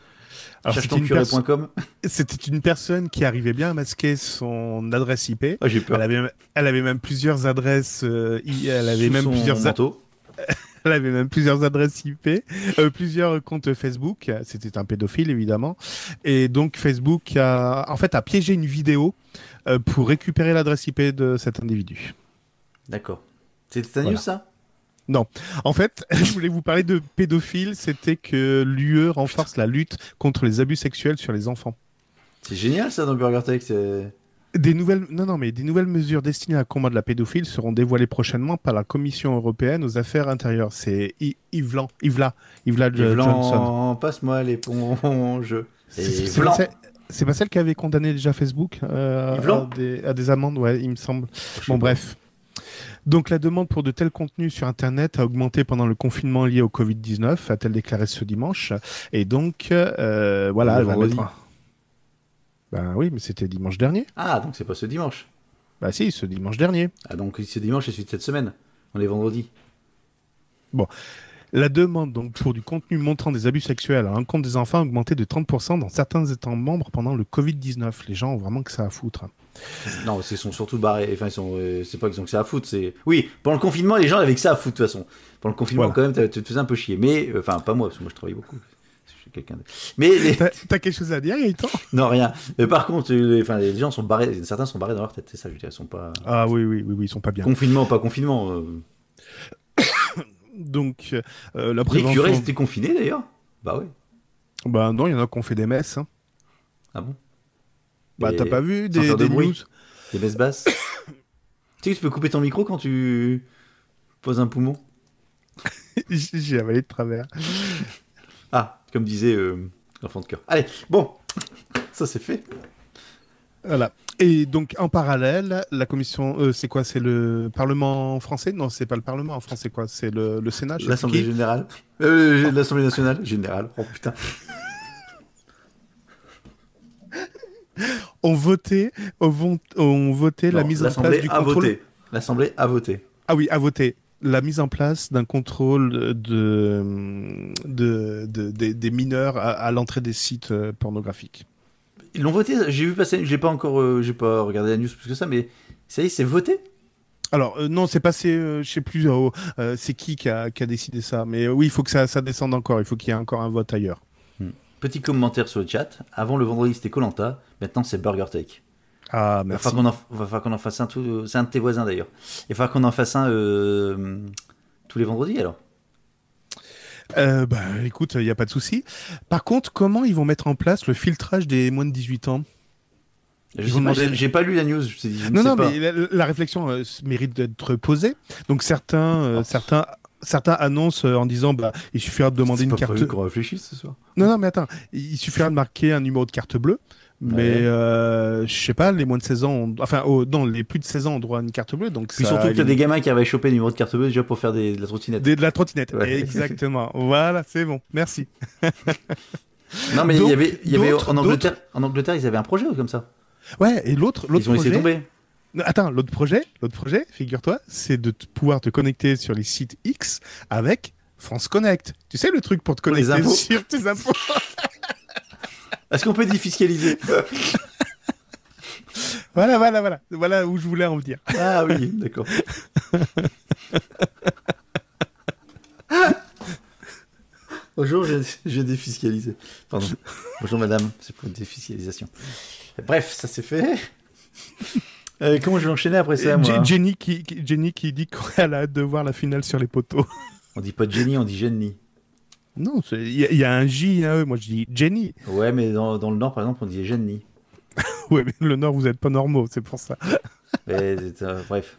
Alors,
cherche
c'était
ton
une, perso-
curé.com.
c'était une personne qui arrivait bien à masquer son adresse IP.
Ah, j'ai
Elle
peur.
avait, elle avait même plusieurs adresses, euh, i- elle avait
Sous
même
son
plusieurs, a-
manteau.
elle avait même plusieurs adresses IP, euh, plusieurs comptes Facebook. C'était un pédophile évidemment, et donc Facebook a, en fait, a piégé une vidéo euh, pour récupérer l'adresse IP de cet individu.
D'accord. C'était ta news,
Voilà.
ça
En fait, je voulais vous parler de pédophile. C'était que l'UE renforce la lutte contre les abus sexuels sur les enfants.
C'est génial, ça, dans Burger Tech. c'est-
Des nouvelles, non, non, mais des nouvelles mesures destinées à combattre la pédophilie seront dévoilées prochainement par la Commission européenne aux affaires intérieures. C'est I- Yves Lan- Yves La- Yves La
Et
Johnson.
Vlan, passe-moi l'éponge.
C'est-
Et
c'est- c'est
Vlan.
pas celle- C'est pas celle qui avait condamné déjà Facebook euh,
Yves Lan
à, des, à des amendes, ouais, il me semble. Bon, bref. Donc, la demande pour de tels contenus sur Internet a augmenté pendant le confinement lié au Covid-19, a-t-elle déclaré ce dimanche. Et donc, euh, voilà,
Le
elle va
vendredi.
mettre un- Ben oui, mais c'était dimanche dernier.
Ah, donc c'est pas ce dimanche.
Bah si, ce dimanche dernier.
Ah, donc ce dimanche, c'est celui de cette semaine. On est vendredi.
La demande donc pour du contenu montrant des abus sexuels à l'encontre des enfants a augmenté de 30% dans certains États membres pendant le Covid-19. Les gens ont vraiment que ça à foutre.
Non, parce qu'ils sont surtout barrés. Enfin, ils sont. euh, c'est pas qu'ils ont que ça à foutre. C'est. Oui, pendant le confinement, les gens avaient que ça à foutre de toute façon. Pendant le confinement,
Voilà.
quand même, t'as- tu te faisais un peu chier. Mais euh, enfin, pas moi, parce que moi, je travaille beaucoup. Je suis quelqu'un. De... Mais les-
T'as t'as quelque chose à dire, Gaëtan
non, rien. Mais par contre, euh, les, enfin, les gens sont barrés. Certains sont barrés dans leur tête. C'est ça, je veux dire, ils sont pas.
Ah oui, oui, oui, oui, ils sont pas bien.
Confinement, pas confinement. euh,
Donc, euh, la
Les curés
prévention...
étaient confinés d'ailleurs. Bah ouais.
Bah non, il y en a qui ont fait des messes. hein.
Ah bon.
Bah
Et
t'as pas vu
sans
des,
faire de
des
bruit.
news
Des baisses basses. tu sais que tu peux couper ton micro quand tu poses un poumon.
J'ai j'ai avalé de travers.
Ah, comme disait euh, l'enfant de cœur. Allez, bon, ça c'est fait.
Voilà. Et donc, en parallèle, la commission... euh, c'est quoi C'est le Parlement français Non, c'est pas le Parlement en français, quoi. C'est le, le Sénat je sais plus
L'Assemblée
qui.
générale. Ah, Euh, L'Assemblée nationale générale. Oh putain.
ont voté, ont vont- ont voté la
Non,
mise en place
l'Assemblée
du
a
contrôle...
voté. L'Assemblée a voté.
Ah oui, à voter. La mise en place d'un contrôle de, de, de- des- des mineurs à, à l'entrée des sites euh, pornographiques.
Ils l'ont voté, j'ai vu passer, j'ai pas encore, euh, j'ai pas regardé la news plus que ça, mais ça y est, c'est voté
Alors euh, non, c'est passé, euh, je sais plus, euh, euh, c'est qui qui a, qui a décidé ça, mais euh, oui, il faut que ça, ça descende encore, il faut qu'il y ait encore un vote ailleurs.
Petit commentaire sur le chat. Avant le vendredi, c'était Colanta. Maintenant, c'est Burger Tech.
Ah,
Il va
merci.
falloir qu'on en, va falloir qu'on en fasse un tout. euh, C'est un de tes voisins d'ailleurs. Il va falloir qu'on en fasse un euh, tous les vendredis alors.
Euh, bah, écoute, il n'y a pas de souci. Par contre, comment ils vont mettre en place le filtrage des moins de 18 ans
Je
Ils
sais
vont
pas,
demander-
J'ai j'ai pas lu la news. Je, sais- je ne
Non,
sais
non,
pas.
mais la, la réflexion euh, s- mérite d'être posée. Donc certains, euh,
Oh.
certains, certains annoncent euh, en disant, bah, il suffira de demander
C'est
une
pas
carte.
prévu qu'on réfléchisse ce soir.
Non, non, mais attends, il il suffira de marquer un numéro de carte bleue. Mais
Ouais.
euh, je sais pas, les moins de 16 ans, ont- enfin, oh, non, les plus de 16 ans ont droit à une carte bleue, donc
Puis
ça
surtout, t'as
élimine-
des gamins qui avaient chopé le numéro de carte bleue déjà pour faire des, de la trottinette.
Des- de la trottinette.
Ouais.
Exactement. voilà, c'est bon. Merci.
Non, mais il y
Donc,
avait, il y avait
d'autres-
en Angleterre, en Angleterre, ils avaient un projet comme ça.
Ouais, et l'autre, l'autre
Ils ont
projet.
laissé tomber.
Non, Attends, l'autre projet, l'autre projet, figure-toi, c'est de te- pouvoir te connecter sur les sites X avec France Connect. Tu sais le truc pour te
les
connecter
impôts.
sur tes impôts.
Est-ce qu'on peut défiscaliser
voilà, voilà, voilà. Voilà où je voulais en venir.
Ah oui, d'accord. Bonjour, je, je défiscalisé. Pardon. Bonjour madame, c'est pour une défiscalisation. Bref, ça c'est fait. Euh, comment je vais enchaîner après ça,
Je-
moi hein.
Jenny qui, qui- Jenny qui dit qu'elle a hâte de voir la finale sur les poteaux.
On dit pas Jenny, on dit Jenny.
Non, c'est- il y, a- il y a un J, il y a un E. Moi, je dis Jenny.
Ouais, mais dans, dans le Nord, par exemple, on dit Jenny.
Ouais, mais le Nord, vous n'êtes pas normaux, c'est pour ça.
Mais, euh, bref.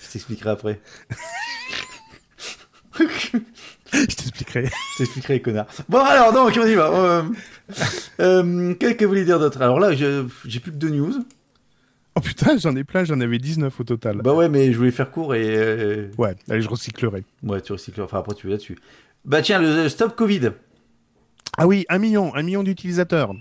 Je t'expliquerai après.
je t'expliquerai.
Je t'expliquerai, connard. Bon, alors, donc, on y va. Euh, euh, Qu'est-ce que vous voulez dire d'autre Alors là, je- j'ai plus que deux news.
Oh putain, j'en ai plein, j'en avais 19 au total.
Bah ouais, mais je voulais faire court et. euh,
Ouais, allez, je recyclerai.
Ouais, tu recycles. Enfin, après, tu es là-dessus. Bah tiens, le stop Covid,
Ah oui, un million, un million d'utilisateurs.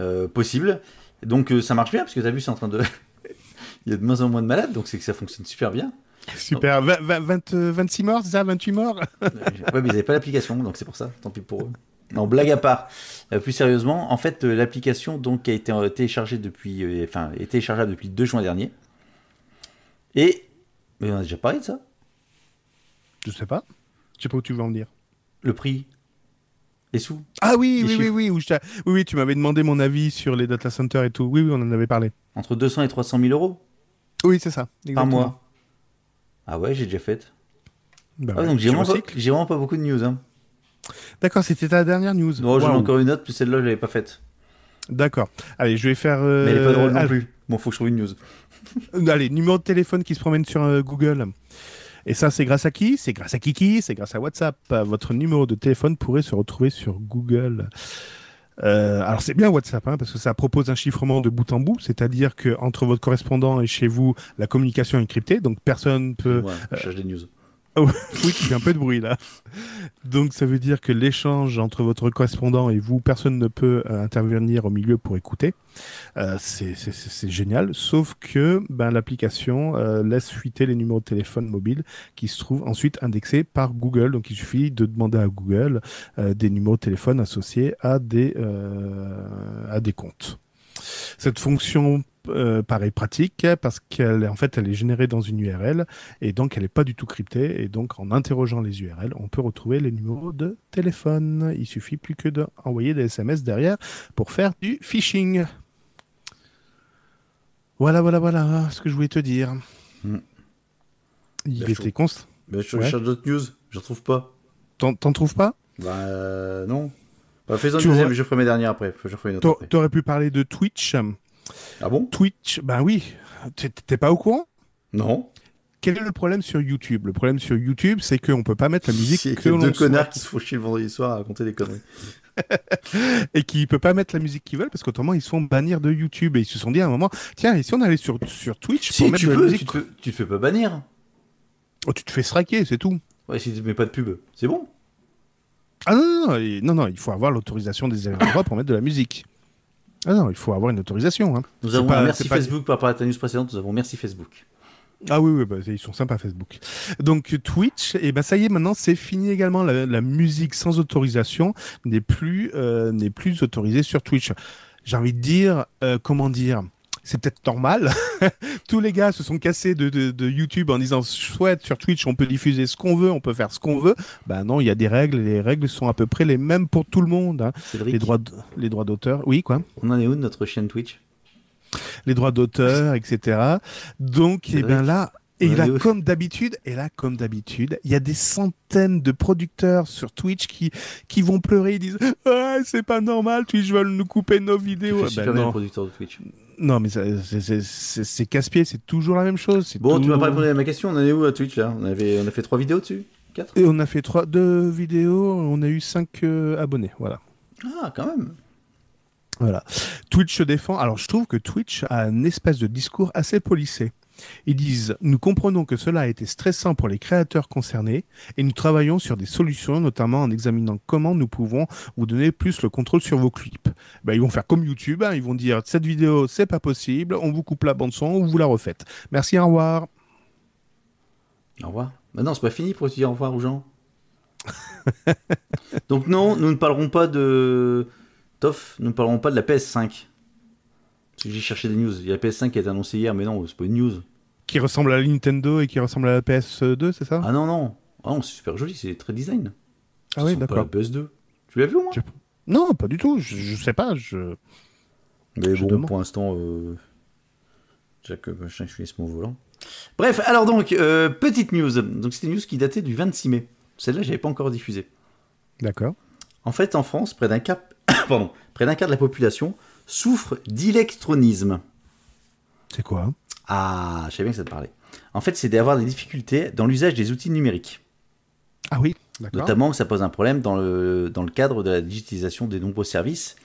euh, possible. Donc euh, ça marche bien, parce que t'as vu, c'est en train de. Il y a de moins en moins de malades, donc c'est que ça fonctionne super bien. Oh.
Super. Vingt- vingt- vingt- euh, 26 morts, c'est ça 28 morts
ouais, mais ils n'avaient pas l'application, donc c'est pour ça, tant pis pour eux. Non, blague à part. Euh, plus sérieusement, en fait, euh, l'application donc a été euh, téléchargée depuis, euh, enfin, est téléchargeable depuis le 2 juin dernier. Et mais on a déjà parlé de ça.
Je sais pas. Je sais pas où tu veux en venir.
Le prix, les sous.
Ah oui,
Les
oui, oui,
chiffres.
oui, où je t'a- oui, oui, tu m'avais demandé mon avis sur les data centers et tout. Oui, oui, on en avait parlé.
Entre 200 et 300 000 euros
Oui, c'est ça.
par
exactement.
mois. Ah ouais, j'ai déjà fait.
Bah
Ah,
ouais,
donc j'ai
tu
vraiment, pas-
recycles.
j'ai vraiment pas beaucoup de news. Hein.
D'accord, c'était ta dernière news.
Non, j'en ai
Waouh.
encore une autre, puis celle-là, je l'avais pas faite.
D'accord. Allez, je vais faire. euh,
Mais elle est pas drôle non
Al-
plus. Bon, faut que je trouve une news.
Euh, Allez, numéro de téléphone qui se promène sur euh, Google. Et ça, c'est grâce à qui C'est grâce à Kiki, c'est grâce à WhatsApp. Euh, Votre numéro de téléphone pourrait se retrouver sur Google. Euh, alors c'est bien WhatsApp, hein, parce que ça propose un chiffrement de bout en bout, c'est-à-dire que entre votre correspondant et chez vous, la communication est cryptée, donc personne peut.
Ouais, je cherche des news.
Oui, tu fais un peu de bruit là. Donc ça veut dire que l'échange entre votre correspondant et vous, personne ne peut euh, intervenir au milieu pour écouter. Euh, c'est- c'est c'est- c'est génial, sauf que ben, l'application euh, laisse fuiter les numéros de téléphone mobile qui se trouvent ensuite indexés par Google. Donc il suffit de demander à Google euh, des numéros de téléphone associés à des, euh, à des comptes. Cette fonction euh, paraît pratique parce qu'elle en fait elle est générée dans une URL et donc elle n'est pas du tout cryptée. Et donc en interrogeant les URL, on peut retrouver les numéros de téléphone. Il suffit plus que d'envoyer des SMS derrière pour faire du phishing. Voilà, voilà, voilà ce que je voulais te dire.
Hmm.
Il
Bien
était
chaud.
const.
Mais je
Ouais.
cherche d'autres news, j'en trouve pas.
T'en t'en trouves pas
Bah euh, non. Bah, Fais-en
Tu
une deuxième,
vois-
je ferai mes dernières après. Faut que Je ferai une autre
T'au-
après.
T'aurais pu parler de Twitch.
Ah bon
Twitch, ben oui, t'es- t'es pas au courant
Non.
Quel est le problème sur YouTube Le problème sur YouTube, c'est qu'on peut pas mettre la musique
C'est
que
deux
l'on souhaite
connards qui se font chier le vendredi soir à raconter des conneries.
et qui peut pas mettre la musique qu'ils veulent parce qu'autrement ils se font bannir de YouTube et ils se sont dit à un moment, tiens, et si on allait sur, sur Twitch pour
Si
mettre
tu
de la
peux, tu
musique
te, fais, tu te fais pas bannir.
Oh, tu te fais straquer, c'est tout.
Ouais, si tu mets pas de pub, c'est bon.
Ah non, non, non, et- non, non, il faut avoir l'autorisation des endroits pour mettre de la musique. Ah non, il faut avoir une autorisation. hein.
Nous
C'est
avons
pas-
un merci
c'est pas-
Facebook par rapport à ta news précédente, nous avons merci Facebook.
Ah oui, oui bah, ils sont sympas Facebook. Donc Twitch, et ben ça y est, maintenant c'est fini également. La, la musique sans autorisation n'est plus, euh, n'est plus autorisée sur Twitch. j'ai envie de dire, euh, comment dire c'est peut-être normal. Tous les gars se sont cassés de, de, de YouTube en disant chouette sur Twitch, on peut diffuser ce qu'on veut, on peut faire ce qu'on veut. Ben non, il y a des règles. et Les règles sont à peu près les mêmes pour tout le monde. hein.
Cédric,
Les droits, d- les droits d'auteur. Oui, quoi.
on en est où de notre chaîne Twitch
les droits d'auteur, etc. Donc,
C'est
et
vrai
bien là, et
Ouais,
là,
de ouf.
comme d'habitude, et là, comme d'habitude, il y a des centaines de producteurs sur Twitch qui, qui vont pleurer, ils disent Ah, c'est pas normal, Twitch veulent nous couper nos
Tu
vidéos.
fais
Ah,
super
ben
bien le
non.
producteur de Twitch.
non, mais ça- c'est- c'est c'est- c'est casse-pied, c'est toujours la même chose. c'est
Bon, tu
tout-
m'as pas répondu à ma question, on en est où à Twitch là on, avait, on a fait trois vidéos dessus Quatre
Et on a fait trois, deux vidéos, on a eu cinq euh, abonnés, voilà.
Ah, quand même
Voilà. Twitch se défend. Alors, je trouve que Twitch a un espace de discours assez polissé. Ils disent Nous comprenons que cela a été stressant pour les créateurs concernés et nous travaillons sur des solutions, notamment en examinant comment nous pouvons vous donner plus le contrôle sur vos clips. Ben, ils vont faire comme YouTube hein, ils vont dire Cette vidéo, c'est pas possible, on vous coupe la bande-son, on vous la refaites. Merci, au revoir.
Au revoir. Bah non, c'est pas fini pour te dire au revoir aux gens. Donc non, nous ne parlerons pas de Toff, nous ne parlerons pas de la PS5. Parce que J'ai cherché des news. Il y a la PS5 qui a été annoncée hier, mais non, c'est pas une news.
Qui ressemble à la Nintendo et qui ressemble à la PS2, c'est ça
Ah non, non. Ah non, c'est super joli, c'est très design.
Ah
Ce
oui,
sont pas
d'accord.
La PS2. Tu l'as vu au moins
Je- Non, pas du tout, je, je sais pas. Je...
Mais
Je
bon,
demande.
pour l'instant, euh... Jack, euh, machin, je finisse mon volant. Bref, alors donc, euh, petite news. Donc c'était une news qui datait du 26 mai. Celle-là, j'avais pas encore diffusée.
D'accord.
En fait, en France, près d'un quart, pardon, près d'un quart de la population souffre d'électronisme.
C'est quoi hein
Ah, je savais bien que ça te parlait. En fait, c'est d'avoir des difficultés dans l'usage des outils numériques.
Ah oui, d'accord.
Notamment, ça pose un problème dans le, dans le cadre de la digitalisation des nombreux services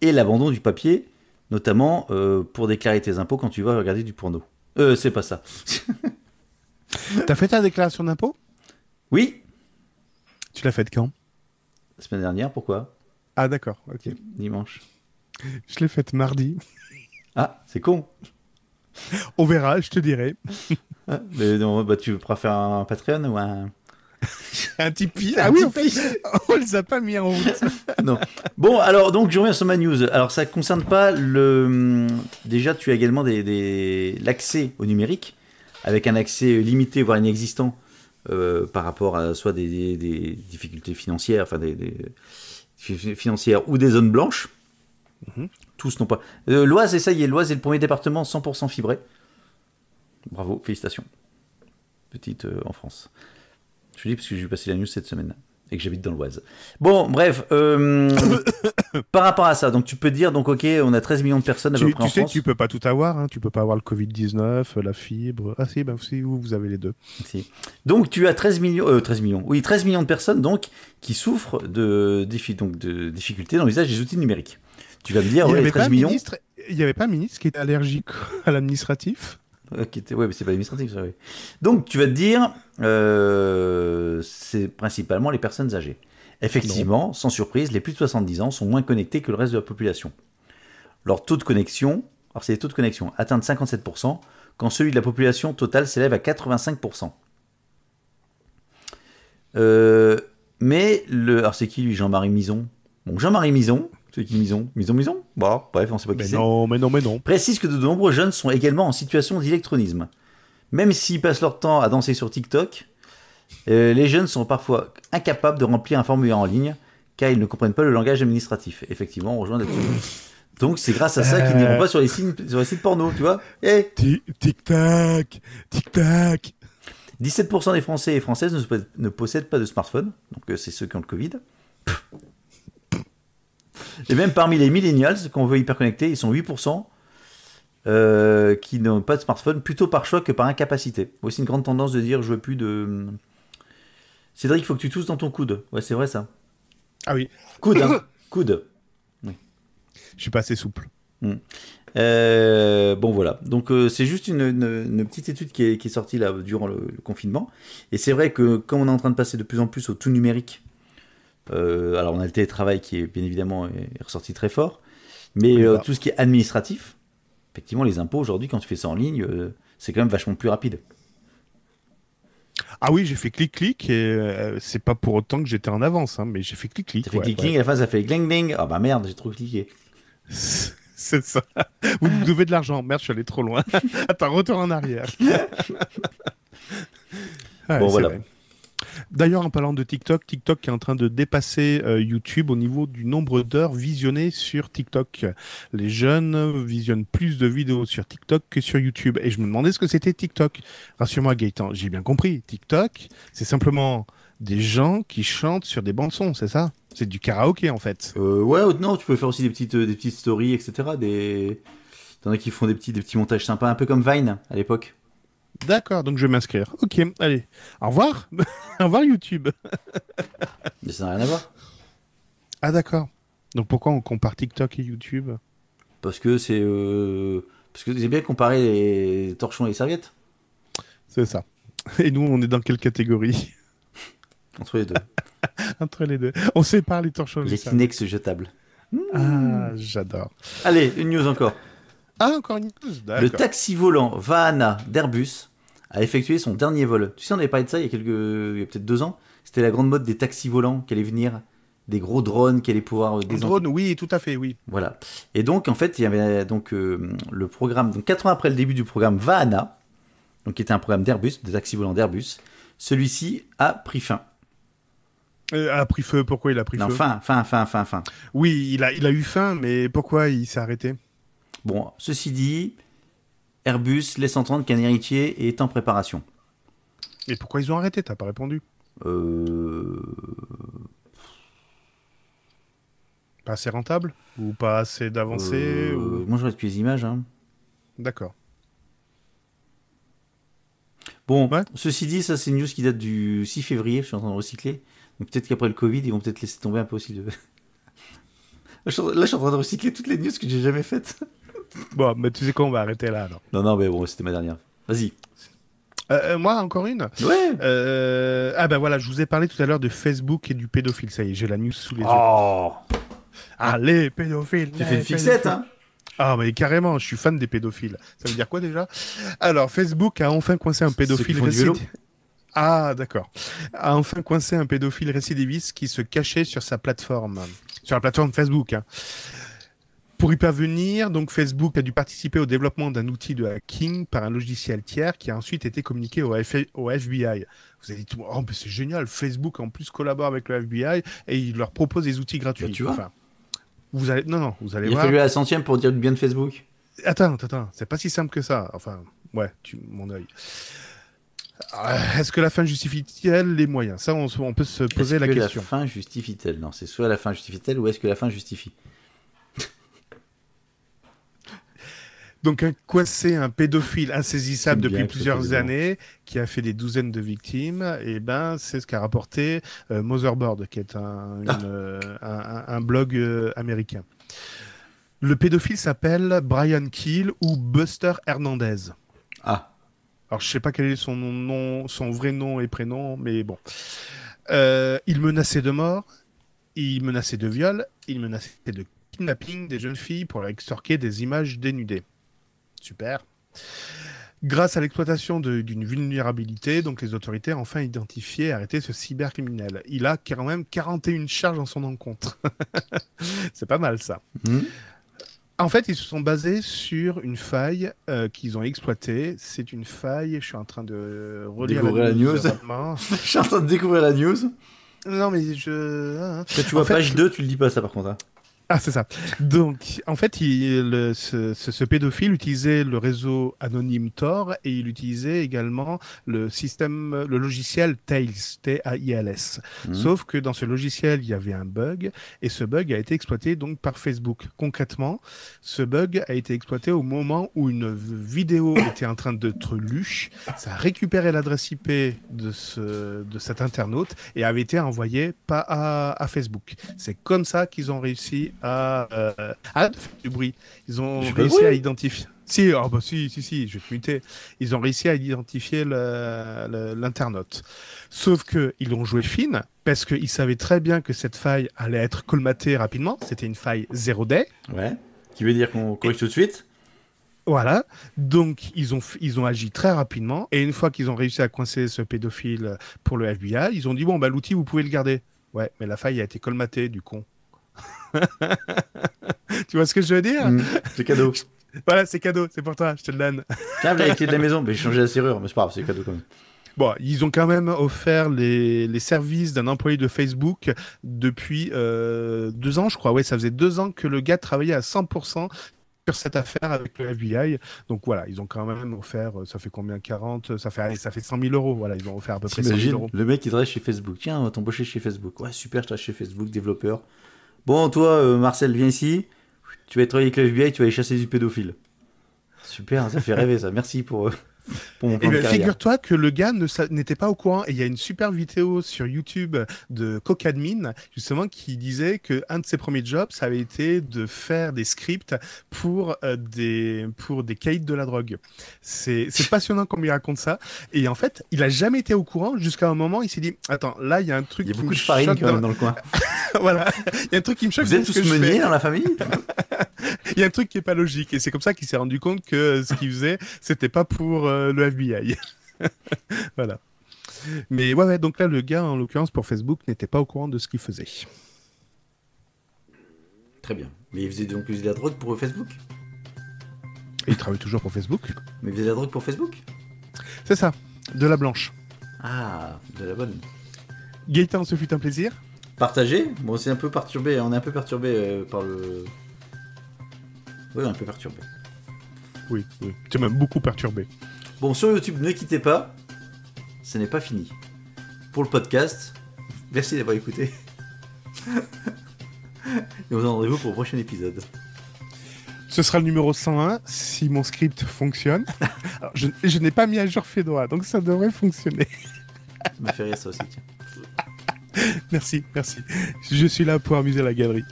et l'abandon du papier, notamment euh, pour déclarer tes impôts quand tu vas regarder du porno. Euh, c'est pas ça.
T'as fait ta déclaration d'impôt
Oui,
Tu l'as faite quand
la semaine dernière, pourquoi
Ah d'accord, ok.
Dimanche.
Je l'ai faite mardi.
Ah, c'est con.
On verra, je te dirai.
Ah, mais non, bah, tu pourras faire un Patreon ou un.
Un Tipeee.
Un
Ah oui, on,
Tipeee.
on les a pas mis en route.
Non. Bon, alors, donc, je reviens sur ma news. Alors, ça concerne pas le. Déjà, tu as également des, des- l'accès au numérique, avec un accès limité, voire inexistant, euh, par rapport à soit des, des- des difficultés financières, enfin, des, des fi- financières ou des zones blanches.
Mhm.
Tous n'ont pas. Euh, L'Oise, et ça y est, l'Oise est le premier département 100% fibré. Bravo, félicitations. Petite euh, en France. Je te dis parce que j'ai vu passer la news cette semaine et que j'habite dans l'Oise. Bon, bref, euh, par rapport à ça, donc tu peux dire, donc ok, on a 13 millions de personnes à peu
tu,
près
tu
en
sais,
France.
tu peux pas tout avoir. Hein. Tu peux pas avoir le Covid-19, euh, la fibre. Ah si, ben si, vous, vous avez les deux.
Si. Donc tu as 13 millions, euh, 13 millions, oui, 13 millions de personnes donc qui souffrent de, défi- donc, de difficultés dans l'usage des outils numériques. Tu vas me dire, Ah ouais, les 13
un
millions.
ministre, il y avait pas un ministre qui était allergique à l'administratif
Euh, qui était- Ouais, mais c'est pas administratif, ça, oui. Donc, tu vas te dire, euh, c'est principalement les personnes âgées. Effectivement, sans surprise, les plus de 70 ans sont moins connectés que le reste de la population. Leur taux de connexion, alors c'est les taux de connexion, atteint de 57%, quand celui de la population totale s'élève à 85%. Euh, mais le. Alors, c'est qui lui, Jean-Marie Mison Bon, Jean-Marie Mison, c'est qui Mison Mison, Mison Bon, bref, on sait pas qui
Mais
c'est
non, mais non, mais non.
précise que de nombreux jeunes sont également en situation d'électronisme. Même s'ils passent leur temps à danser sur TikTok, euh, les jeunes sont parfois incapables de remplir un formulaire en ligne car ils ne comprennent pas le langage administratif. Effectivement, on rejoint là-dessus. Donc c'est grâce à ça qu'ils
Euh.
n'iront pas sur les, signes, sur les sites porno, tu vois. Eh,
Ti- Tic-tac, tic-tac.
17% des Français et Françaises ne, se- ne possèdent pas de smartphone, donc euh, c'est ceux qui ont le Covid. Pff. Et même parmi les millennials, qu'on veut hyperconnecter, ils sont 8% euh, qui n'ont pas de smartphone, plutôt par choix que par incapacité. Voici une grande tendance de dire je veux plus de. Cédric, il faut que tu tousses dans ton coude. Ouais, c'est vrai ça.
Ah oui,
Coude, hein. coude.
je suis pas assez souple.
Euh, bon voilà, donc euh, c'est juste une, une- une petite étude qui est, qui est sortie là durant le, le confinement. Et c'est vrai que comme on est en train de passer de plus en plus au tout numérique, euh, alors on a le télétravail qui est bien évidemment est ressorti très fort, mais
Oui,
euh,
voilà.
tout ce qui est administratif, effectivement les impôts aujourd'hui quand tu fais ça en ligne, euh, c'est quand même vachement plus rapide.
Ah oui, j'ai fait clic-clic et euh, c'est pas pour autant que j'étais en avance, hein, mais j'ai fait clic-clic.
T'as fait
ouais,
clic-clic, à la fin ça fait gling-gling, ah bah merde j'ai trop cliqué.
ouais. C'est ça. Vous nous devez de l'argent. Merde, je suis allé trop loin. Attends, retourne en arrière. Ouais,
Bon,
c'est
voilà.
vrai. D'ailleurs, en parlant de TikTok, TikTok qui est en train de dépasser euh, YouTube au niveau du nombre d'heures visionnées sur TikTok. Les jeunes visionnent plus de vidéos sur TikTok que sur YouTube. Et je me demandais ce que c'était TikTok. Rassure-moi, Gaëtan, j'ai bien compris. TikTok, c'est simplement des gens qui chantent sur des bandes sons, c'est ça C'est du karaoké en fait.
Euh, ouais, ou- non, tu peux faire aussi des petites, euh, des petites stories, etc. Des... T'en as qui font des petits, des petits montages sympas, un peu comme Vine à l'époque.
D'accord, donc je vais m'inscrire. Ok, allez. Au revoir. Au revoir YouTube.
Mais ça n'a rien à voir.
Ah d'accord. Donc pourquoi on compare TikTok et YouTube
Parce que c'est. euh, Parce que j'ai bien comparé les torchons et les serviettes
C'est ça. Et nous, on est dans quelle catégorie
entre les deux.
Entre les deux. On sépare les torchons. et
les
ça.
Kleenex jetables.
Ah, j'adore.
Allez, une news encore.
Ah, encore une news.
Le
D'accord.
taxi volant Vahana d'Airbus a effectué son dernier vol. Tu sais, on avait parlé de ça il y a, quelques... il y a peut-être deux ans. C'était la grande mode des taxis volants qui allait venir, des gros drones qui allaient pouvoir euh,
Le
désen-
drone, oui, tout à fait, oui.
Voilà. Et donc, en fait, il y avait donc euh, le programme, donc 4 ans après le début du programme Vahana, donc qui était un programme d'Airbus, des taxis volants d'Airbus, celui-ci a pris fin.
Euh, a pris feu, pourquoi il a pris
Non,
feu
fin, fin, fin, fin, fin.
Oui, il a, il a eu faim, mais pourquoi il s'est arrêté
Bon, ceci dit, Airbus laisse entendre qu'un héritier est en préparation.
Et pourquoi ils ont arrêté T'as pas répondu.
Euh...
Pas assez rentable Ou pas assez d'avancée
euh,
ou-
Moi, j'aurais depuis les images. hein.
D'accord.
Bon,
Ouais.
ceci dit, ça, c'est une news qui date du 6 février. Je suis en train de recycler. Donc, peut-être qu'après le Covid, ils vont peut-être laisser tomber un peu aussi le. Là, je suis en- là, je suis en train de recycler toutes les news que j'ai jamais faites.
Bon, mais tu sais quoi, on va arrêter là alors.
Non, non, mais bon, c'était ma dernière. Vas-y.
Euh, euh, moi, encore une
Ouais.
Euh, Ah ben voilà, je vous ai parlé tout à l'heure de Facebook et du pédophile. Ça y est, j'ai la news sous les yeux.
Oh,
Allez, pédophile
tu fais
les
une fixette,
pédophiles.
hein
Ah, mais carrément, je suis fan des pédophiles. Ça veut dire quoi déjà Alors, Facebook a enfin coincé un
qui
pédophile
font du vélo.
récidiviste. Ah, d'accord. A enfin coincé un pédophile récidiviste qui se cachait sur sa plateforme. Sur la plateforme Facebook. hein. Pour y parvenir, donc Facebook a dû participer au développement d'un outil de hacking par un logiciel tiers qui a ensuite été communiqué au, F- au FBI. Vous avez dit, oh, mais c'est génial, Facebook en plus collabore avec le FBI et il leur propose des outils gratuits.
Bah, tu vois.
Enfin, vous allez, non, non, vous allez
Il a
voir.
fallu à la centième pour dire du bien de Facebook.
Attends, attends, attends, c'est pas si simple que ça. Enfin, ouais, tu, mon œil. Euh, Est-ce que la fin justifie-t-elle les moyens Ça, on, se- on peut se poser
Est-ce
la
que
question.
la fin justifie-t-elle Non, c'est soit la fin justifie-t-elle ou est-ce que la fin justifie
Donc, un coincé, un pédophile insaisissable
J'aime bien
depuis
que ce soit
plusieurs
des
années, qui a fait des douzaines de victimes, et ben, c'est ce qu'a rapporté euh, Motherboard, qui est un, une,
Ah.
euh, un- un- un blog euh, américain. Le pédophile s'appelle Brian Keel ou Buster Hernandez.
Ah,
Alors, je sais pas quel est son nom- nom, son vrai nom et prénom, mais bon. Euh, il menaçait de mort, il menaçait de viol, il menaçait de kidnapping des jeunes filles pour leur extorquer des images dénudées. Super. Grâce à l'exploitation de- d'une vulnérabilité, donc les autorités ont enfin identifié et arrêté ce cybercriminel. Il a quand même 41 charges en son encontre. C'est pas mal ça.
Hmm.
En fait, ils se sont basés sur une faille euh, qu'ils ont exploitée. C'est une faille. Je suis en train de relire
Découvrir la news.
rapidement.
je suis en train de découvrir la news.
non, mais je.
Quand tu
En
vois
fait,
page 2, tu le dis pas ça par contre. hein.
Ah, c'est ça. Donc, en fait, il, le- ce, ce- ce pédophile utilisait le réseau anonyme Tor et il utilisait également le système, le logiciel Tails, T-A-I-L-S.
Mhm.
Sauf que dans ce logiciel, il y avait un bug et ce bug a été exploité donc par Facebook. Concrètement, ce bug a été exploité au moment où une vidéo était en train d'être lue. Ça a récupéré l'adresse IP de, ce, de cet internaute et avait été envoyé pas à, à Facebook. C'est comme ça qu'ils ont réussi à, euh, à faire du bruit. Ils ont
Je fais
réussi
bruit.
à identifier. Si, ah bah si, si, si, je vais te muter. Ils ont réussi à identifier le- le- l'internaute. Sauf que ils l'ont joué fine parce qu'ils savaient très bien que cette faille allait être colmatée rapidement. C'était une faille zéro day.
Ouais. Qui veut dire qu'on corrige tout de suite
Voilà. Donc, ils ont, f- ils ont agi très rapidement. Et une fois qu'ils ont réussi à coincer ce pédophile pour le FBI, ils ont dit, bon, bah, l'outil, vous pouvez le garder. Ouais, mais la faille a été colmatée, du con. tu vois ce que je veux dire
Mm. C'est cadeau.
Voilà, c'est cadeau, c'est pour toi, je te le donne.
Tiens, la clé de la maison. Mais j'ai changé la serrure, mais c'est pas grave, c'est cadeau quand même.
Bon, ils ont quand même offert les, les services d'un employé de Facebook depuis euh, deux ans, je crois. Ouais, ça faisait deux ans que le gars travaillait à 100% sur cette affaire avec le FBI. Donc voilà, ils ont quand même offert, euh, ça fait combien 40 ça fait, allez, ça fait 100 000 euros. Voilà, ils ont offert à peu près 100 000
T'imagines
euros.
le mec il travaille chez Facebook. Tiens, on va t'embaucher chez Facebook. Ouais, super, je travaille chez Facebook, développeur. Bon, toi, euh, Marcel, viens ici. Tu vas travailler avec le FBI, tu vas aller chasser du pédophile. Super, ça fait rêver ça. Merci pour, euh, pour mon
Et
plan de carrière.
figure-toi que le gars ne sa- n'était pas au courant. Et il y a une super vidéo sur YouTube de Cocadmin, justement, qui disait que un de ses premiers jobs, ça avait été de faire des scripts pour euh, des pour des caïds de la drogue. C'est c'est passionnant comme il raconte ça. Et en fait, il a jamais été au courant jusqu'à un moment. Il s'est dit, attends, là, il y a un truc.
Il y a
qui
beaucoup
me
de farine
choque
quand même dans le coin.
dans- voilà, il y a un truc qui me choque.
Vous êtes
dans ce
tous
que je fais.
meuniers dans la famille
Il y a un truc qui est pas logique. Et c'est comme ça qu'il s'est rendu compte que euh, ce qu'il faisait, c'était pas pour euh, le FBI. voilà. Mais ouais, ouais, donc là, le gars, en l'occurrence, pour Facebook, n'était pas au courant de ce qu'il faisait.
Très bien. Mais il faisait donc il faisait de la drogue pour Facebook
Et il travaille toujours pour Facebook.
Mais il faisait de la drogue pour Facebook
C'est ça, de la blanche.
Ah, de la bonne.
Gaëtan, ce fut un plaisir.
Partagé Bon, c'est un peu perturbé. On est un peu perturbé euh, par le. Oui, on est un peu perturbé.
Oui, oui. Tu m'as beaucoup perturbé.
Bon, sur YouTube, ne quittez pas. Ce n'est pas fini. Pour le podcast, merci d'avoir écouté. Et on se rendez-vous pour le prochain épisode.
Ce sera le numéro 101 si mon script fonctionne. Alors, je je n'ai pas mis à jour Fedora, donc ça devrait fonctionner.
Ça m'a fait rire ça aussi, tiens.
Merci, merci. Je suis là pour amuser la galerie.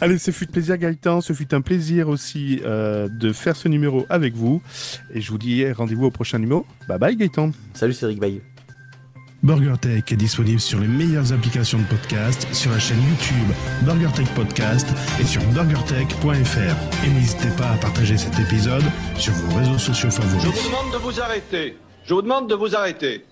Allez, ce fut un plaisir Gaëtan, ce fut un plaisir aussi euh, de faire ce numéro avec vous. Et je vous dis rendez-vous au prochain numéro. Bye bye Gaëtan.
Salut, c'est Rick Baye.
BurgerTech est disponible sur les meilleures applications de podcast, sur la chaîne YouTube BurgerTech Podcast et sur burgertech.fr. Et n'hésitez pas à partager cet épisode sur vos réseaux sociaux
Je
favoris.
vous demande de vous arrêter. Je vous demande de vous arrêter.